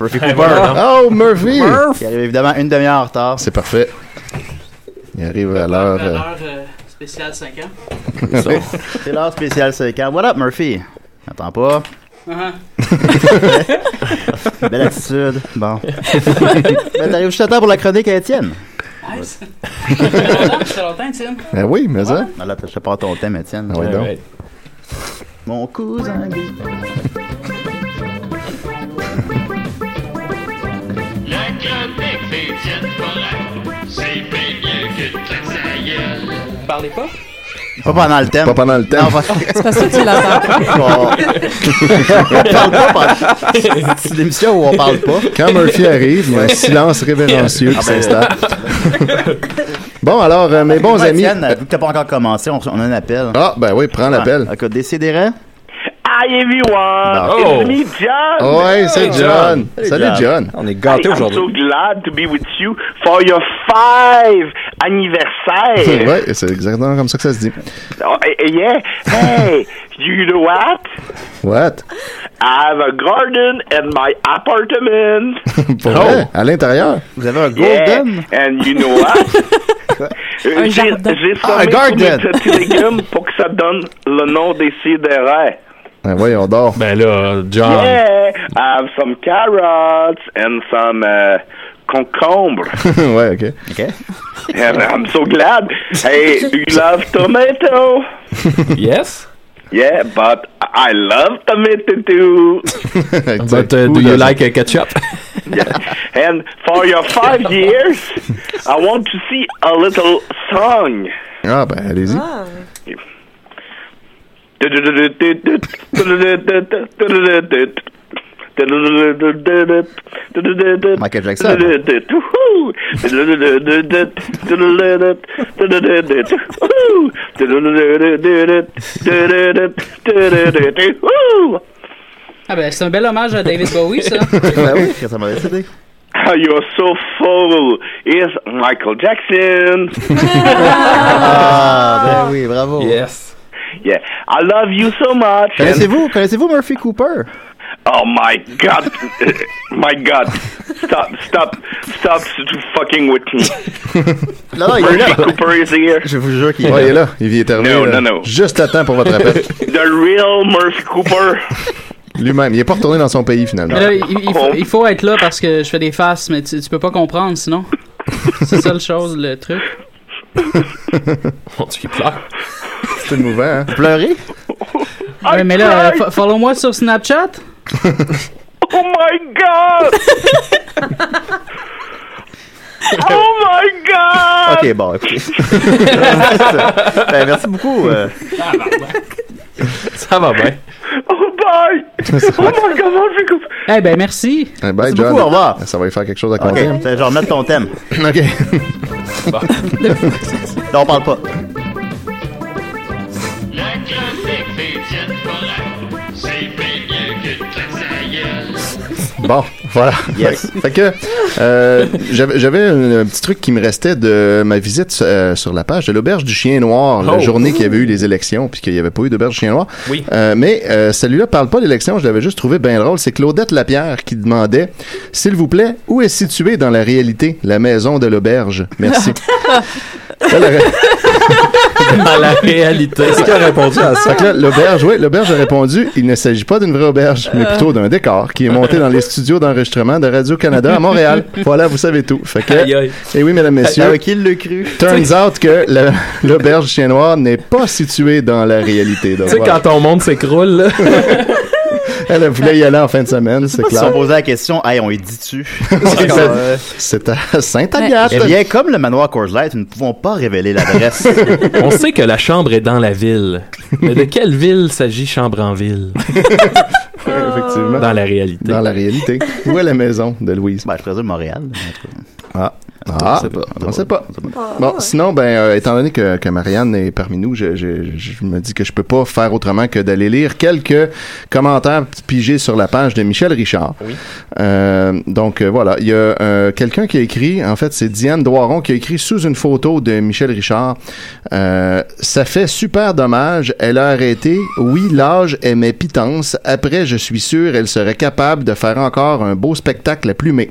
Murphy
Eh,
Cooper.
voilà,
non. Oh, Murphy!
Il arrive évidemment une demi-heure en retard.
C'est parfait. Il arrive à l'heure. euh,
Valeur euh, spéciale 5 ans.
C'est l'heure spéciale 5 ans. What up, Murphy? Attends pas.
Hein?
Uh-huh. ah.
Belle attitude. Bon. ben, t'arrives juste à temps pour la chronique à Étienne.
Nice. Ça fait longtemps, Étienne.
Ben oui, mais ça.
Ben là, je pas ton thème, Étienne.
Ah oui, donc.
Mon cousin.
La chronique des Étienne Forêt, c'est bien mieux qu'une claque à la gueule. Parlez pas?
Pas pendant le thème. Pas pendant le thème.
C'est parce que tu l'entends.
on parle pas pendant. C'est une émission où on parle pas.
Quand Murphy arrive, il y a un
Ouais.
silence révérencieux
Ah
qui
ben.
s'installe. bon, alors, euh, mes bons
Dis-moi,
amis.
Étienne, vu que t'as pas encore commencé, on, on a un appel.
Ah, ben oui, prends l'appel.
Écoute, décidérez.
Hi everyone!
Oh.
It's me, John!
Oh, hey, c'est
Hey,
John. Salut, John.
On est
Hey,
gâtés
I'm so
aujourd'hui.
glad to be with you for your five anniversaire!
ouais, c'est exactement comme ça que ça se dit.
Oh, eh, eh, yeah. Hey, you know what?
What?
I have a garden in my apartment.
Pour vrai? À l'intérieur?
Oh! Vous avez un
Yeah. And you know what? Euh, J'ai j'ai
Ah, un
sommé tous mes
garden.
petits légumes pour que ça donne le nom des sidérés.
Ben voyons donc.
Ben là, John.
Yeah, I have some carrots and some uh, concombres.
ouais, ok.
Ok.
and I'm so glad. Hey, you love tomato?
yes?
Yeah, but I love tomato too.
But uh, do you like uh, ketchup?
And for your five years, I want to see a little song.
Ah, ben allez-y.
Michael
Jackson.
Ah ben, c'est un bel hommage à David Bowie, ça.
Ben oui, ça m'a décidé.
You're so full is Michael Jackson.
Ah, ben oui, bravo.
Yes.
Yeah, I love you so much. and-
Connaissez-vous, connaissez-vous Murphy Cooper?
Oh my god. my god. Stop, stop, stop fucking with me.
Non, non, il est
Murphy
là.
Cooper is here.
Je vous jure qu'il
Ouais, il est là. Il vient est arrivé,
Non,
là,
non, non.
Juste à temps pour votre appel.
The real Murphy Cooper.
Lui-même. Il n'est pas retourné dans son pays, finalement.
Mais là, il, il faut, il faut être là parce que je fais des faces, mais tu, tu peux pas comprendre sinon. C'est ça le chose, le truc.
Mon Dieu, il pleure.
C'est émouvant, hein? Vous
pleurez?
Ouais, mais là, euh, fo- follow-moi sur Snapchat.
Oh my god! oh my god!
Ok, bon, ok. ben, merci beaucoup. euh.
Ça va bien.
Oh bye! Oh my god, Murphy Cooper!
Eh ben, merci.
Eh, bye,
Merci
John.
beaucoup, au revoir.
Ça va lui faire quelque chose à
Ok,
compter.
je vais remettre ton thème.
OK.
Non, on parle pas.
La chronique des Étienne Forêt, c'est bien mieux qu'une claque à la gueule.
Bon, voilà.
Yes.
fait que euh, j'avais j'avais un, un petit truc qui me restait de ma visite euh, sur la page de l'auberge du chien noir, la
Oh.
journée qu'il y avait eu les élections, puis qu'il n'y avait pas eu d'auberge du chien noir.
Oui.
Euh, mais euh, celui-là parle pas d'élection, je l'avais juste trouvé bien drôle. C'est Claudette Lapierre qui demandait, s'il vous plaît, où est située dans la réalité la maison de l'auberge? Merci. Là, la ré-
Dans la réalité.
Qu'est-ce qu'il a répondu à ça? Fait que là, l'auberge, oui, l'auberge a répondu il ne s'agit pas d'une vraie auberge, mais plutôt d'un décor qui est monté dans les studios d'enregistrement de Radio-Canada à Montréal. Voilà, vous savez tout. Fait que,
Aïe, aïe.
Eh oui, mesdames, messieurs.
Ah, qui l'a cru?
Turns out que la- l'auberge chien noir n'est pas située dans la réalité.
Tu sais, quand ton monde s'écroule, là.
Elle elle voulait y aller en fin de semaine, c'est
Ils se sont
clair.
posés la question, hey, on y dit-tu?
C'est- C'est à Saint-Agathe.
Eh bien, comme le manoir Coors Light, nous ne pouvons pas révéler l'adresse.
On sait que la chambre est dans la ville. Mais de quelle ville s'agit Chambre en ville?
Effectivement.
Dans la réalité.
Dans la réalité. Où est la maison de Louise?
Ben, je présume Montréal.
Ah. Ah,
On sait pas.
on sait pas. Bon, sinon, ben, euh, étant donné que, que Marianne est parmi nous, je, je- je me dis que je peux pas faire autrement que d'aller lire quelques commentaires pigés sur la page de Michel Richard. Euh, donc euh, voilà, il y a euh, quelqu'un qui a écrit, en fait, c'est Diane Doiron qui a écrit sous une photo de Michel Richard. euh, ça fait super dommage. Elle a arrêté. Oui, l'âge aimait pitance. Après, je suis sûr, elle serait capable de faire encore un beau spectacle à plumer.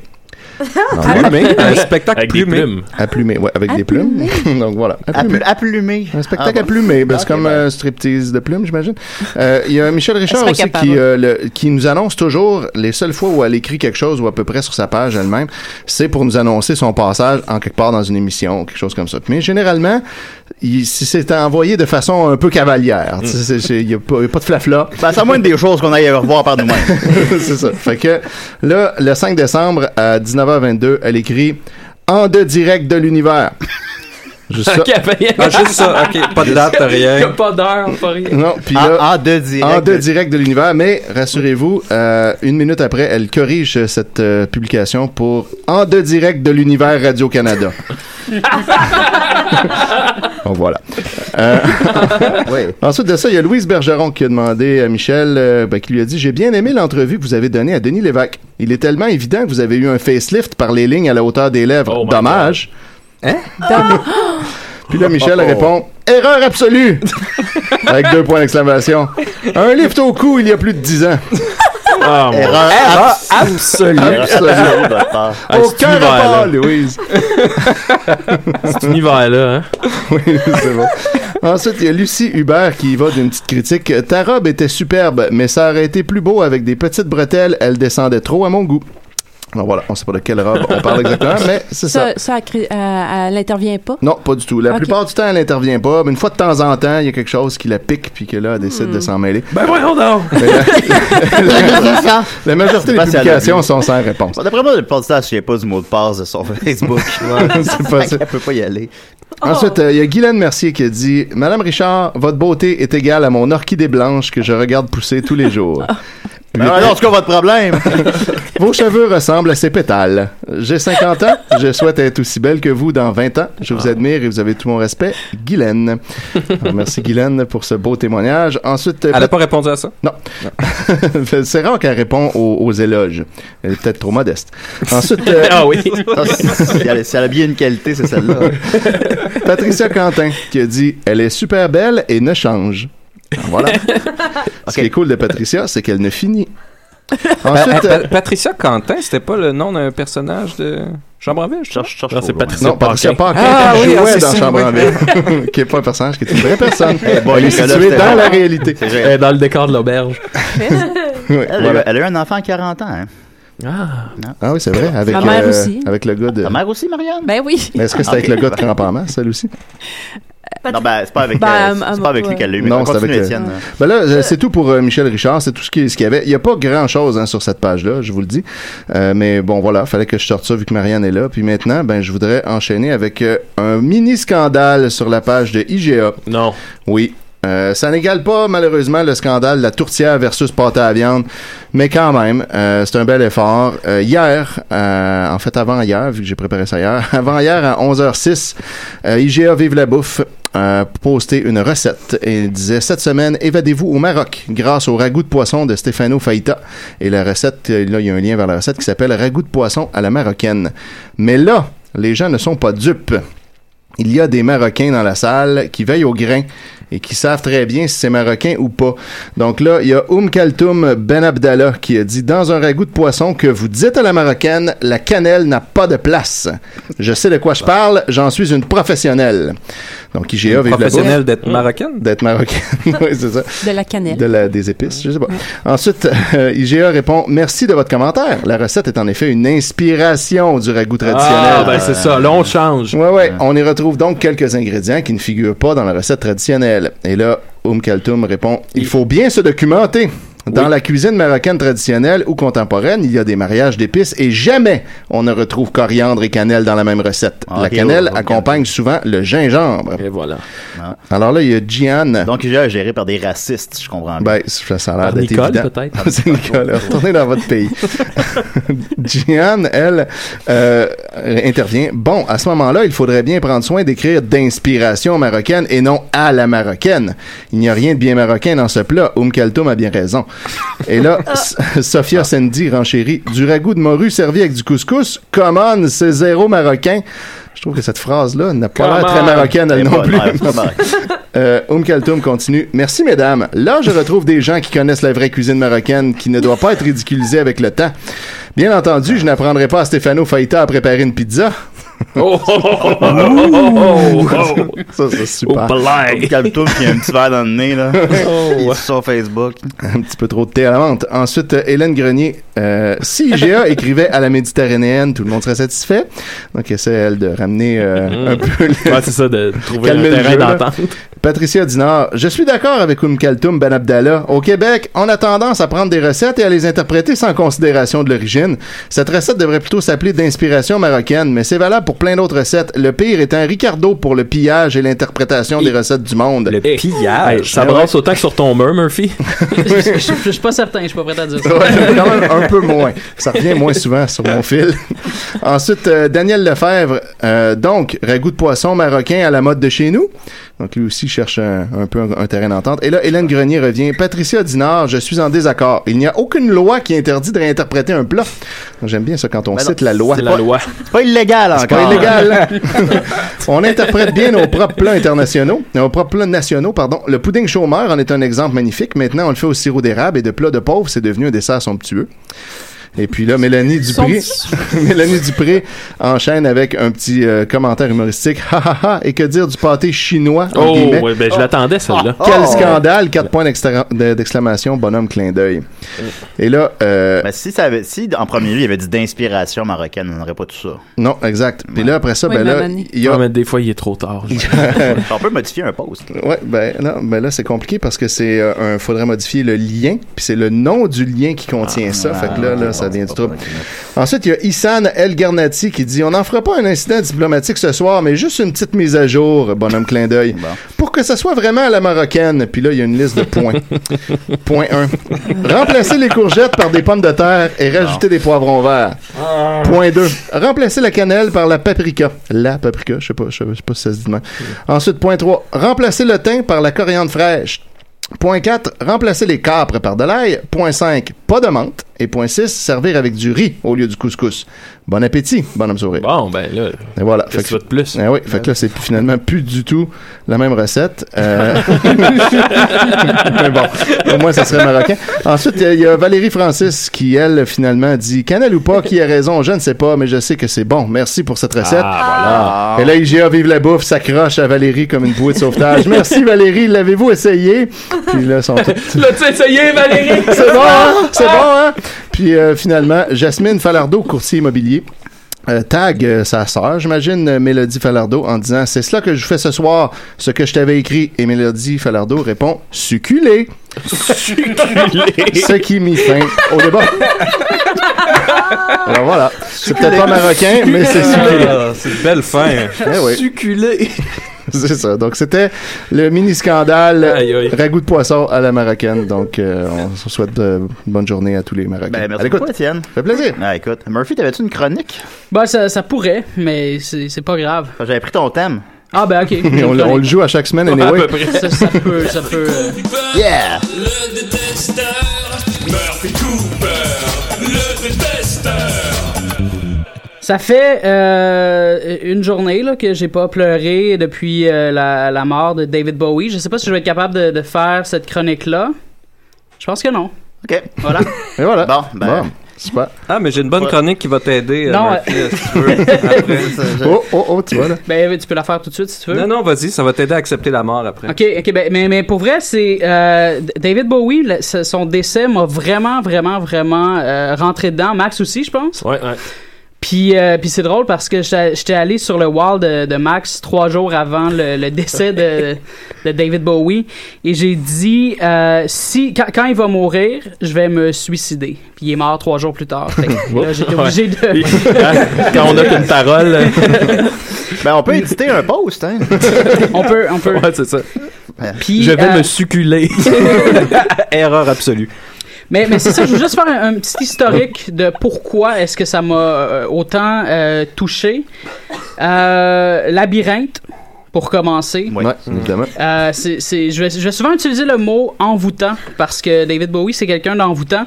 Non,
Ah,
plumé.
Un spectacle
Ah, Avec des
plumé.
plumes. À plumer, ouais, avec des plumes. Donc voilà. À plumer.
À plumer.
Un spectacle
Ah
à plumer, ben, c'est comme un striptease de plumes, j'imagine. Euh, Il y a Michel Richard
serait
aussi
capable.
qui, euh, le- qui nous annonce toujours les seules fois où elle écrit quelque chose ou à peu près sur sa page elle-même, c'est pour nous annoncer son passage en quelque part dans une émission, quelque chose comme ça. Mais généralement, il- si c'est envoyé de façon un peu cavalière, tu sais, c'est- c'est- il n'y a, pas il y a pas de flafla.
Ben, ça moins des choses qu'on aille revoir par nous-mêmes.
c'est ça. Fait que là, le 5 décembre à 19h22, elle écrit En deux direct de l'univers. Juste ça.
Ok, ben, Ah, juste ça, ok, pas de date, rien.
Y a pas d'heure, pas rien.
Non, puis
Ah,
là,
en deux directs.
en deux directs de l'univers, mais rassurez-vous, euh, une minute après, elle corrige euh, cette euh, publication pour en deux directs de l'univers Radio-Canada. Donc voilà. Euh, Ensuite de ça, il y a Louise Bergeron qui a demandé à Michel, euh, ben, qui lui a dit J'ai bien aimé l'entrevue que vous avez donnée à Denis Lévesque. Il est tellement évident que vous avez eu un facelift par les lignes à la hauteur des
Oh
lèvres. Dommage.
Hein?
Puis là, Michel
Oh, oh.
répond Erreur absolue Avec deux points d'exclamation. Un lift au cou il y a plus de 10 ans.
Ah, mon Dieu. Erreur absolue.
Absolue.
Ah,
cet
Aucun
hiver-là.
rapport, Louise.
Cet univers-là, hein?
Oui, c'est bon. Ensuite, il y a Lucie Hubert qui y va d'une petite critique. Ta robe était superbe, mais ça aurait été plus beau avec des petites bretelles. Elle descendait trop à mon goût. Alors voilà, on sait pas de quelle robe on parle exactement, mais c'est ça.
Ça, elle cri- elle- elle n'intervient pas.
Non, pas du tout. La
Ok.
plupart du temps, elle n'intervient pas, mais une fois de temps en temps, il y a quelque chose qui la pique, puis que là, elle décide de s'en mêler.
Ben voyons donc!
la, la majorité
Je sais
des
pas si elle a
publications
vu.
sont sans réponse.
Bon, D'après moi, le plupart du temps, je sais pas du mot de passe de son Facebook.
C'est pas ça.
Elle peut pas y aller.
Ensuite, euh, il y a Guylaine Mercier qui a dit « Madame Richard, votre beauté est égale à mon orchidée blanche que je regarde pousser tous les jours.
Ben, alors, en tout cas, votre problème.
Vos cheveux ressemblent à ces pétales. J'ai 50 ans, je souhaite être aussi belle que vous dans 20 ans. Je vous admire et vous avez tout mon respect. Guylaine. Alors, merci Guylaine pour ce beau témoignage. Ensuite, euh,
Elle n'a pas répondu à ça?
Non. C'est rare qu'elle répond aux, aux éloges. Elle est peut-être trop modeste. Ensuite, euh,
Ah oui. si, elle, si elle a bien une qualité, c'est celle-là.
Patricia Quentin qui a dit Elle est super belle et ne change. Alors, Voilà. Ce qui est cool de Patricia, c'est qu'elle ne finit. Ensuite,
Pa-
euh,
pa- Patricia Quentin, c'était pas le nom d'un personnage de Chambre en ville? Je cherche,
Non, c'est Patricia
non, Patricia
Parker.
Parker
Ah
qui
oui,
jouait
ah, c'est
dans
ça,
Chambre
oui.
en ville, qui est pas un personnage, qui est une vraie personne.
Eh boy,
Elle est
Nicolas,
située
c'était
dans
bon.
la réalité.
C'est vrai.
dans le décor de l'auberge.
Oui,
Elle, a eu-
voilà.
elle a eu un enfant à 40 ans. Hein.
Ah.
Ah oui, c'est vrai. Avec,
Ma mère
euh,
aussi.
avec le gars de.
Ta mère Ah, aussi, Marianne?
Ben oui.
Mais est-ce que c'est avec le gars de Crampe en masse, celle aussi?
Non, ben, c'est pas avec,
Ben,
euh,
à- à
c'est
moi,
pas avec lui
ouais.
qu'elle l'a eu. mais
Non, c'est
continue,
avec. euh,
Étienne.
Ben là, euh, c'est tout pour euh, Michel Richard. C'est tout ce qui- ce qu'il y avait. Il n'y a pas grand-chose hein, sur cette page-là, je vous le dis. Euh, mais bon, voilà, fallait que je sorte ça vu que Marianne est là. Puis maintenant, ben, je voudrais enchaîner avec euh, un mini-scandale sur la page de IGA.
Non.
Oui. Euh, ça n'égale pas malheureusement le scandale de la tourtière versus pâte à la viande, mais quand même, euh, c'est un bel effort. Euh, hier, euh, en fait avant hier, vu que j'ai préparé ça hier, avant hier à 11h06, euh, IGA Vive la bouffe euh, postait une recette et il disait cette semaine évadez-vous au Maroc grâce au ragoût de poisson de Stefano Faita et la recette euh, là il y a un lien vers la recette qui s'appelle ragoût de poisson à la marocaine. Mais là, les gens ne sont pas dupes. Il y a des Marocains dans la salle qui veillent au grain et qui savent très bien si c'est marocain ou pas. Donc là, il y a Oum Kaltoum Ben Abdallah qui a dit dans un ragoût de poisson que vous dites à la marocaine, la cannelle n'a pas de place. Je sais de quoi je parle, j'en suis une professionnelle. Donc IGA vive la
Professionnelle
bouffe.
d'être marocaine?
d'être marocaine. oui, c'est ça.
Mmh. De la cannelle. Mmh.
De la, des épices, je sais pas. Ensuite, euh, IGA répond Merci de votre commentaire. La recette est en effet une inspiration du ragoût traditionnel.
Ah, ben c'est ça. Là, on change.
Ouais, ouais. On y retrouve donc quelques ingrédients qui ne figurent pas dans la recette traditionnelle. Et là, Oum Kaltoum répond Il faut bien se documenter. Dans la cuisine marocaine traditionnelle ou contemporaine, il y a des mariages d'épices et jamais on ne retrouve coriandre et cannelle dans la même recette.
Ah,
la
ok,
cannelle
ouais, ouais,
accompagne souvent le gingembre. Et voilà. Alors là, il y a Gian. Donc, il est géré par des racistes, je comprends bien. Ben, ça ça a l'air
Par
d'être
Nicole,
évident.
peut-être.
C'est Nicole. Retournez dans votre pays. Gian, elle, euh, intervient. Bon, à ce moment-là, il faudrait bien prendre soin d'écrire d'inspiration marocaine et non à la marocaine. Il n'y a rien de bien marocain dans ce plat. Oum Kaltoum a bien raison. Et là, S- Sophia Sandy renchérit. Du ragoût de morue servi avec du couscous. Come on, c'est zéro marocain. Je trouve que cette phrase-là n'a pas l'air
Come
très
on.
marocaine, elle
Elle est
non
pas-
plus.
ouais, c'est pas marocain.
Euh, Oum Kaltoum continue. Merci, mesdames. Là, je retrouve des gens qui connaissent la vraie cuisine marocaine, qui ne doit pas être ridiculisée avec le temps. Bien entendu, je n'apprendrai pas à Stefano Faita à préparer une pizza.
Oh, oh, oh, oh, oh, oh, oh, oh.
Ça, c'est super.
Oh,
Oum Kaltoum qui a un petit verre dans le nez,
Oh,
là. sur Facebook. Un petit peu trop de thé à la menthe. Ensuite, euh, Hélène Grenier. euh, si IGA écrivait à la Méditerranéenne, tout le monde serait satisfait. Donc, essaie, elle, de ramener
Hum.
Mm-hmm.
euh, un peu le-
Ouais, c'est ça, de trouver
Calmer
un
le
terrain
jeu, là.
d'entente.
Patricia Dinard, je suis d'accord avec Oum Kaltoum Ben Abdallah. Au Québec, on a tendance à prendre des recettes et à les interpréter sans considération de l'origine. Cette recette devrait plutôt s'appeler d'inspiration marocaine, mais c'est valable pour plein d'autres recettes. Le pire est un Ricardo pour le pillage et l'interprétation des recettes du monde. Le
Eh.
Ah
Hey, ça brasse autant que sur ton mur, Murphy.
je, je- je suis pas certain, je suis pas prêt à dire ça.
Ouais, quand même un peu moins. Ça revient moins souvent sur mon fil. Ensuite, euh, Daniel Lefebvre, euh, donc, ragoût de poisson marocain à la mode de chez nous. Donc, lui aussi cherche un, un peu un, un terrain d'entente. Et là, Hélène Grenier revient. Patricia Dinard, je suis en désaccord. Il n'y a aucune loi qui interdit de réinterpréter un plat. Donc, J'aime bien ça quand on
Ben non,
cite la loi.
c'est la loi. C'est pas illégal encore.
C'est pas illégal. On interprète bien nos propres plats internationaux, nos propres plats nationaux, pardon. Le pudding chômeur en est un exemple magnifique. Maintenant, on le fait au sirop d'érable et de plats de pauvres, c'est devenu un dessert somptueux. Et puis là, Mélanie Dupré, Mélanie Dupré enchaîne avec un petit euh, commentaire humoristique. Ha ha ha! Et que dire du pâté chinois? entre
Oh,
guillemets. Ah,
ouais, ben, je l'attendais, celle-là.
Quel
Oh.
scandale! 4 points d'extra- de- d'exclamation, bonhomme clin d'œil. Et là, euh,
Ben, si, ça avait, si en premier lieu il y avait dit d'inspiration marocaine, on n'aurait pas tout ça.
non, exact. Puis là, après ça, ben là, il y a-
Ouais, mais des fois, il est trop tard.
on peut modifier un post.
Ouais, ben, non, ben là, c'est compliqué parce que c'est euh, un. Faudrait modifier le lien, puis c'est le nom du lien qui
Ah,
contient ça. fait que là, là ça devient du trouble. Ensuite, il y a Issan El Garnati qui dit On n'en fera pas un incident diplomatique ce soir, mais juste une petite mise à jour, bonhomme clin d'œil, pour que ça soit vraiment à la marocaine. Puis là, il y a une liste de points. Point 1. Remplacer les courgettes par des pommes de terre et rajouter des poivrons verts. Point 2. Remplacer la cannelle par la paprika. La paprika, je sais pas, je sais pas si ça se dit de même. Ensuite, point 3. Remplacer le thym par la coriandre fraîche. Point 4. Remplacer les capres par de l'ail. Point 5. Pas de menthe. Et point 6. Servir avec du riz au lieu du couscous. Bon appétit, bonhomme sourire.
Bon, ben là.
Et voilà.
Qu'est-ce que tu veux de plus?
Ah oui, fait que là, c'est finalement plus du tout la même recette. Euh, Mais bon, au moins, ça serait marocain. Ensuite, il y a- il y a Valérie Francis qui, elle, finalement, dit Cannelle ou pas, qui a raison, je ne sais pas, mais je sais que c'est bon. Merci pour cette recette.
Ah,
Et là, IGA Vive la bouffe s'accroche à Valérie comme une bouée de sauvetage. Merci, Valérie, l'avez-vous essayé Puis là, sont toutes-
L'as-tu essayé, Valérie? Ah!
c'est bon, hein? C'est bon, hein? Puis euh, finalement, Jasmine Falardeau, courtier immobilier. euh, tag euh, sa sœur, j'imagine, euh, Mélodie Falardeau, en disant C'est cela que je fais ce soir, ce que je t'avais écrit. Et Mélodie Falardeau répond Succulé. ce qui mit fin au débat. Alors voilà. C'est peut-être pas marocain, mais c'est succulé.
Ah, C'est une belle fin.
Eh oui.
Succulé.
C'est ça. Donc, c'était le mini-scandale
Aïe, aïe.
ragoût de poisson à la marocaine. Donc, euh, on se souhaite euh, une bonne journée à tous les marocains.
Ben,
À
merci
l'écoute.
beaucoup, Étienne.
fait plaisir.
Ah, écoute. Murphy, t'avais-tu une chronique?
Ben, ça, ça pourrait, mais c'est c'est pas grave.
J'avais pris ton thème.
Ah, ben, ok.
Mais on, le- on le joue à chaque semaine,
Ouais, à
anyway.
peu près. Ça- ça peut- ça peut, euh.
Yeah!
Le détesteur, Murphy Cooper, le détesteur.
Ça fait euh, une journée là, que j'ai pas pleuré depuis euh, la, la mort de David Bowie. Je sais pas si je vais être capable de, de faire cette chronique-là. Je pense que non.
OK.
Voilà.
Et voilà.
Bon, ben.
Super.
Ah, mais j'ai une bonne chronique qui va t'aider. euh,
Non,
Murphy,
euh,
si tu veux. Après.
Oh, oh, oh, tu vois, là.
Ben, tu peux la faire tout de suite si tu veux.
Non, non, vas-y, ça va t'aider à accepter la mort après.
Ok, ok, ben, mais, mais pour vrai, c'est euh, D- David Bowie, le- ce- son décès m'a vraiment, vraiment, vraiment euh, rentré dedans. Max aussi, je pense.
Ouais, ouais.
Puis, euh, puis c'est drôle parce que j'étais j'étais allé sur le wall de, de Max trois jours avant le, le décès de, de David Bowie et j'ai dit euh, si quand, quand il va mourir, je vais me suicider. Puis il est mort trois jours plus tard. Fait que là, j'étais obligé de.
hein? Quand on a qu'une parole.
ben, on peut éditer un post, hein.
on peut, on peut.
Ouais, c'est ça.
Puis,
je vais
euh,
me succuler. Erreur absolue.
Mais, mais c'est ça, je veux juste faire un, un petit historique de pourquoi est-ce que ça m'a euh, autant euh, touché. Euh, labyrinthe, pour commencer.
Ouais, évidemment.
Euh, c'est- c'est- je, vais, je vais souvent utiliser le mot envoûtant parce que David Bowie, c'est quelqu'un d'envoûtant.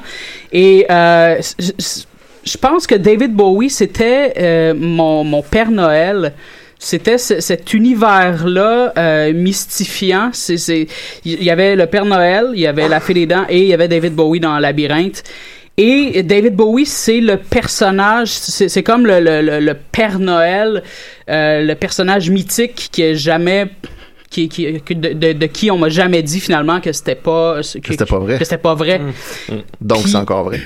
Et euh, c- c- je pense que David Bowie, c'était euh, mon, mon Père Noël. C'était ce- cet univers-là euh, mystifiant. C'est- c'est- Il y avait le Père Noël, il y avait la Fée des Dents et il y avait David Bowie dans Labyrinthe. Et David Bowie, c'est le personnage, c'est c'est comme le, le- le- le Père Noël, euh, le personnage mythique qui est jamais qui, qui- que de, de- de qui on m'a jamais dit finalement que c'était pas que,
c'était pas vrai.
que c'était pas vrai.
Mm.
Donc,
Puis-
c'est encore vrai.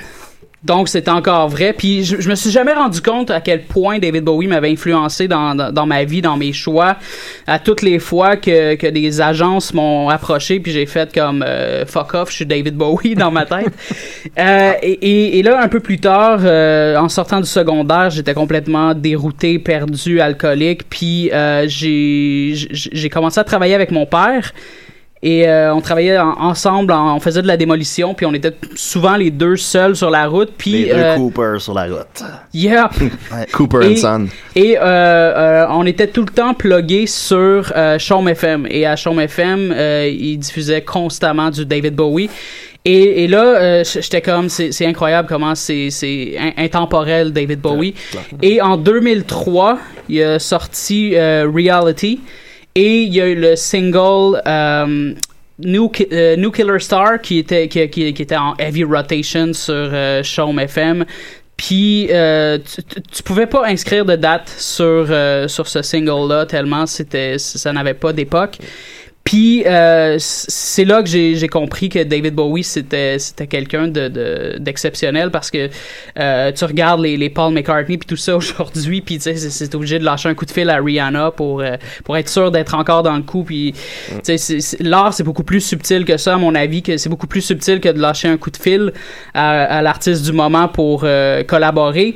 Donc c'est encore vrai. Puis je, je me suis jamais rendu compte à quel point David Bowie m'avait influencé dans, dans, dans ma vie, dans mes choix. À toutes les fois que, que des agences m'ont approché, puis j'ai fait comme euh, fuck off, je suis David Bowie dans ma tête. Euh, et, et- et là un peu plus tard, euh, en sortant du secondaire, j'étais complètement dérouté, perdu, alcoolique. Puis euh, j'ai j'ai j'ai commencé à travailler avec mon père. Et euh, on travaillait en- ensemble, en- on faisait de la démolition, puis on était souvent les deux seuls sur la route. Puis,
Les deux
euh,
Cooper sur la route.
yeah.
Cooper
Et-
and Son.
Et euh, euh, on était tout le temps plugués sur euh, Chaume FM. Et à Chaume FM, euh, ils diffusaient constamment du David Bowie. Et, et là, euh, j- j'étais comme, c'est c'est incroyable comment c'est c'est in- intemporel David Bowie. Et en 2003, il a sorti euh, Reality. Et il y a eu le single euh, New, Ki- euh, New Killer Star qui était, qui, qui- qui était en heavy rotation sur euh, Chaume FM. Puis euh, tu, tu- tu pouvais pas inscrire de date sur, euh, sur ce single-là tellement c'était ça n'avait pas d'époque. Puis euh, c- c'est là que j'ai j'ai compris que David Bowie c'était c'était quelqu'un de- de- d'exceptionnel parce que euh, tu regardes les, les Paul McCartney puis tout ça aujourd'hui puis tu sais c'est- c'est obligé de lâcher un coup de fil à Rihanna pour euh, pour être sûr d'être encore dans le coup puis tu sais c'est- c'est- l'art c'est beaucoup plus subtil que ça à mon avis que c'est beaucoup plus subtil que de lâcher un coup de fil à, à l'artiste du moment pour euh, collaborer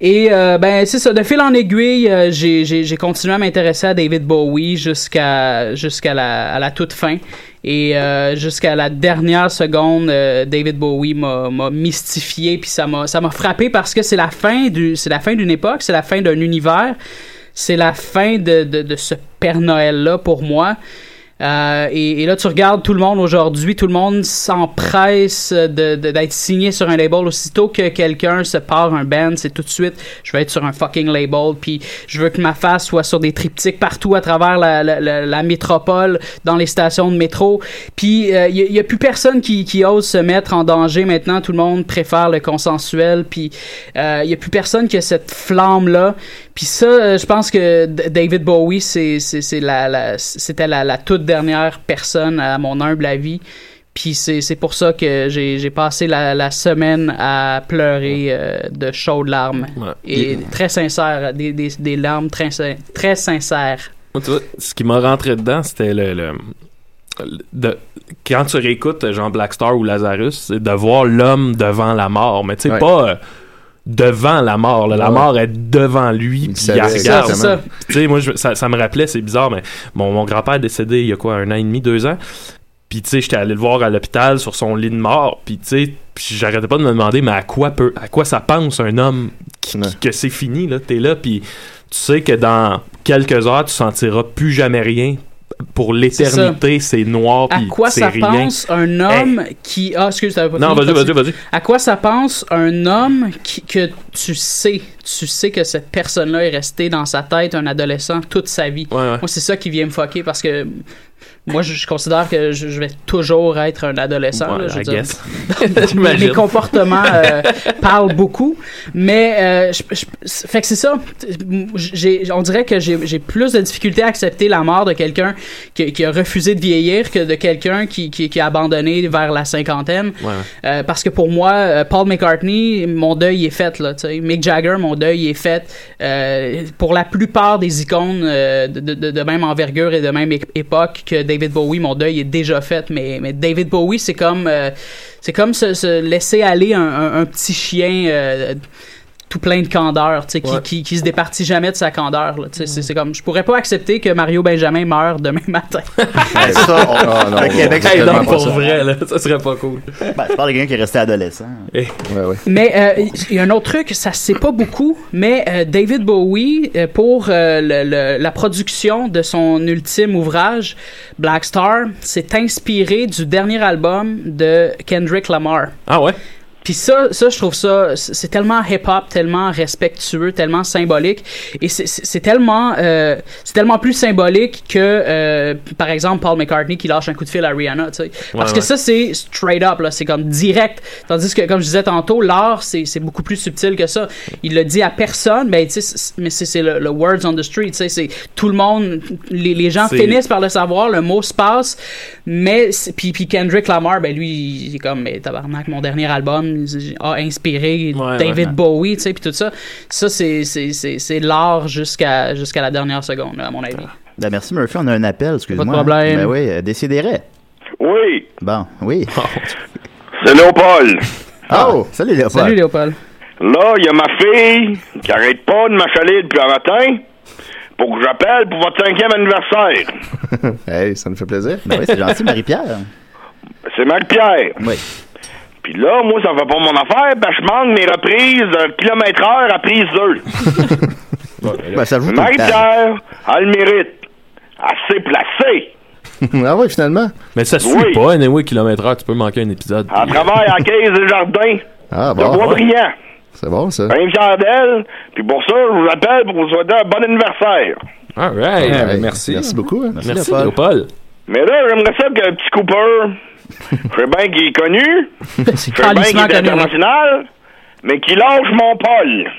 et euh, ben c'est ça, de fil en aiguille, euh, j'ai, j'ai, j'ai continué à m'intéresser à David Bowie jusqu'à jusqu'à la, à la toute fin. Et euh, jusqu'à la dernière seconde, euh, David Bowie m'a, m'a mystifié, puis ça m'a, ça m'a frappé parce que c'est la fin du c'est la fin d'une époque, c'est la fin d'un univers, c'est la fin de, de, de ce Père Noël-là pour moi. Euh, et, et là, tu regardes tout le monde aujourd'hui, tout le monde s'empresse de- de- d'être signé sur un label. Aussitôt que quelqu'un se part un band, c'est tout de suite, je vais être sur un fucking label, puis je veux que ma face soit sur des triptyques partout à travers la, la- la- la métropole, dans les stations de métro. Puis euh, il n'y a, plus personne qui, qui ose se mettre en danger maintenant. Tout le monde préfère le consensuel, puis euh, il n'y a plus personne qui a cette flamme-là. Puis ça, euh, je pense que D- David Bowie, c'est, c'est, c'est la, la- c'était la, la toute dernière personne à mon humble avis. Puis c'est, c'est pour ça que j'ai, j'ai passé la, la semaine à pleurer euh, de chaudes larmes. Et très sincère, des, des, des larmes très, sin- très sincères.
Moi, tu vois, ce qui m'a rentré dedans, c'était le. le- le- de, quand tu réécoutes Jean Black Star ou Lazarus, c'est de voir l'homme devant la mort. Mais tu sais,
Ouais.
pas euh, devant la mort. là. La
Ouais.
mort est devant lui, puis il la
savait exactement.
regarde.
C'est ça.
Puis, Tu sais, moi, je- ça, ça me rappelait, c'est bizarre, mais mon, mon grand-père est décédé il y a quoi, un an et demi, deux ans. Puis tu sais, j'étais allé le voir à l'hôpital sur son lit de mort. Puis tu sais, puis j'arrêtais pas de me demander, mais à quoi peut, à quoi ça pense un homme qui- qui- que c'est fini là, t'es là, puis tu sais que dans quelques heures, tu sentiras plus jamais rien. Pour l'éternité, c'est noir,
À
Oh, puis
quoi
c'est
ça
rien.
pense un homme qui... Ah, excuse, t'avais pas
Non,
fini,
vas-y,
t'as dit-
vas-y, vas-y.
À quoi ça pense un homme qui- que tu sais, tu sais que cette personne-là est restée dans sa tête, un adolescent, toute sa vie. Moi, c'est ça qui vient me fucker parce que moi, je, je considère que je, je vais toujours être un adolescent.
Ouais,
là, je veux
I
dire.
guess.
mes,
J'imagine.
comportements euh, parlent beaucoup, mais euh, je- je- c'est- fait que c'est ça. J'ai- on dirait que j'ai j'ai plus de difficultés à accepter la mort de quelqu'un qui, qui a refusé de vieillir que de quelqu'un qui, qui, qui a abandonné vers la cinquantaine.
Ouais, ouais.
Euh, parce que pour moi, euh, Paul McCartney, mon deuil est fait. Là, tu sais. Mick Jagger, mon deuil est fait euh, pour la plupart des icônes euh, de, de- de même envergure et de même é- époque que David Bowie, mon deuil est déjà fait. Mais, mais David Bowie, c'est comme euh, c'est comme se, se laisser aller un, un- un petit chien. euh, tout plein de candeur, tu sais, qui,
Ouais.
qui, qui se départit jamais de sa candeur. là, tu sais, c'est- C'est comme, je pourrais pas accepter que Mario Benjamin meure demain matin.
Ah, ça, on- le Québec, c'est
Hey,
tellement
non,
pas
pour
ça.
vrai, là, ça serait pas cool.
Ben, je parle de quelqu'un qui est resté adolescent.
Mais euh, il y a un autre truc, ça se sait pas beaucoup, mais euh, David Bowie, euh, pour euh, le- le- la production de son ultime ouvrage, Black Star, s'est inspiré du dernier album de Kendrick Lamar.
Ah ouais?
Puis ça, ça, je trouve ça, c- c'est tellement hip-hop, tellement respectueux, tellement symbolique, et c'est- c'est c'est tellement, euh, c'est tellement plus symbolique que, euh, par exemple, Paul McCartney qui lâche un coup de fil à Rihanna, tu sais. Parce
Ouais, ouais.
que ça, c'est straight up, là, c'est comme direct. Tandis que, comme je disais tantôt, l'art, c'est c'est beaucoup plus subtil que ça. Il le dit à personne, ben, tu sais, c'est- mais c'est c'est le, le words on the street, tu sais, c'est tout le monde, les, les gens
C'est-
finissent par le savoir, le mot se passe, mais c'est- puis puis Kendrick Lamar, ben lui, il est comme mais tabarnak, mon dernier album a inspiré David
ouais.
Bowie, tu sais, puis tout ça. Ça c'est c'est c'est c'est l'art jusqu'à jusqu'à la dernière seconde, là, à mon avis.
Ah.
Ben, merci Murphy, on a un appel, excuse-moi.
problème.
Ben oui, euh, décidérez.
Oui.
Bon, oui.
C'est Léopold.
Oh, salut Léopold.
Léopold.
Là, il y a ma fille qui arrête pas de m'achaler depuis un matin pour que j'appelle pour votre cinquième anniversaire.
hey, ça me fait plaisir.
Ben oui, c'est gentil,
Marie-Pierre.
C'est Marie-Pierre.
Oui.
Puis là, moi, ça va pas mon affaire, ben je manque mes reprises de kilomètre-heure à prise 2.
Ben, ça joue tout le temps.
Marie-Pierre, elle le mérite. Elle s'est placée.
ah oui, finalement.
Mais ça suit
Oui.
pas, anyway, kilomètre heure, tu peux manquer un épisode.
Elle travaille à 15 des jardins.
Ah Euh.
de bois brillant.
C'est bon, ça.
Un chandelle. Puis pour ça, je vous appelle pour vous souhaiter un bon anniversaire.
All right.
Ouais,
Ben, merci.
Merci beaucoup. hein.
Merci, Merci, Léopold.
Mais là, j'aimerais ça que petit Cooper, je sais bien qu'il est connu, je sais bien qu'il
calissement
hein.
est
connu,
international, mais qu'il lâche mon Paul.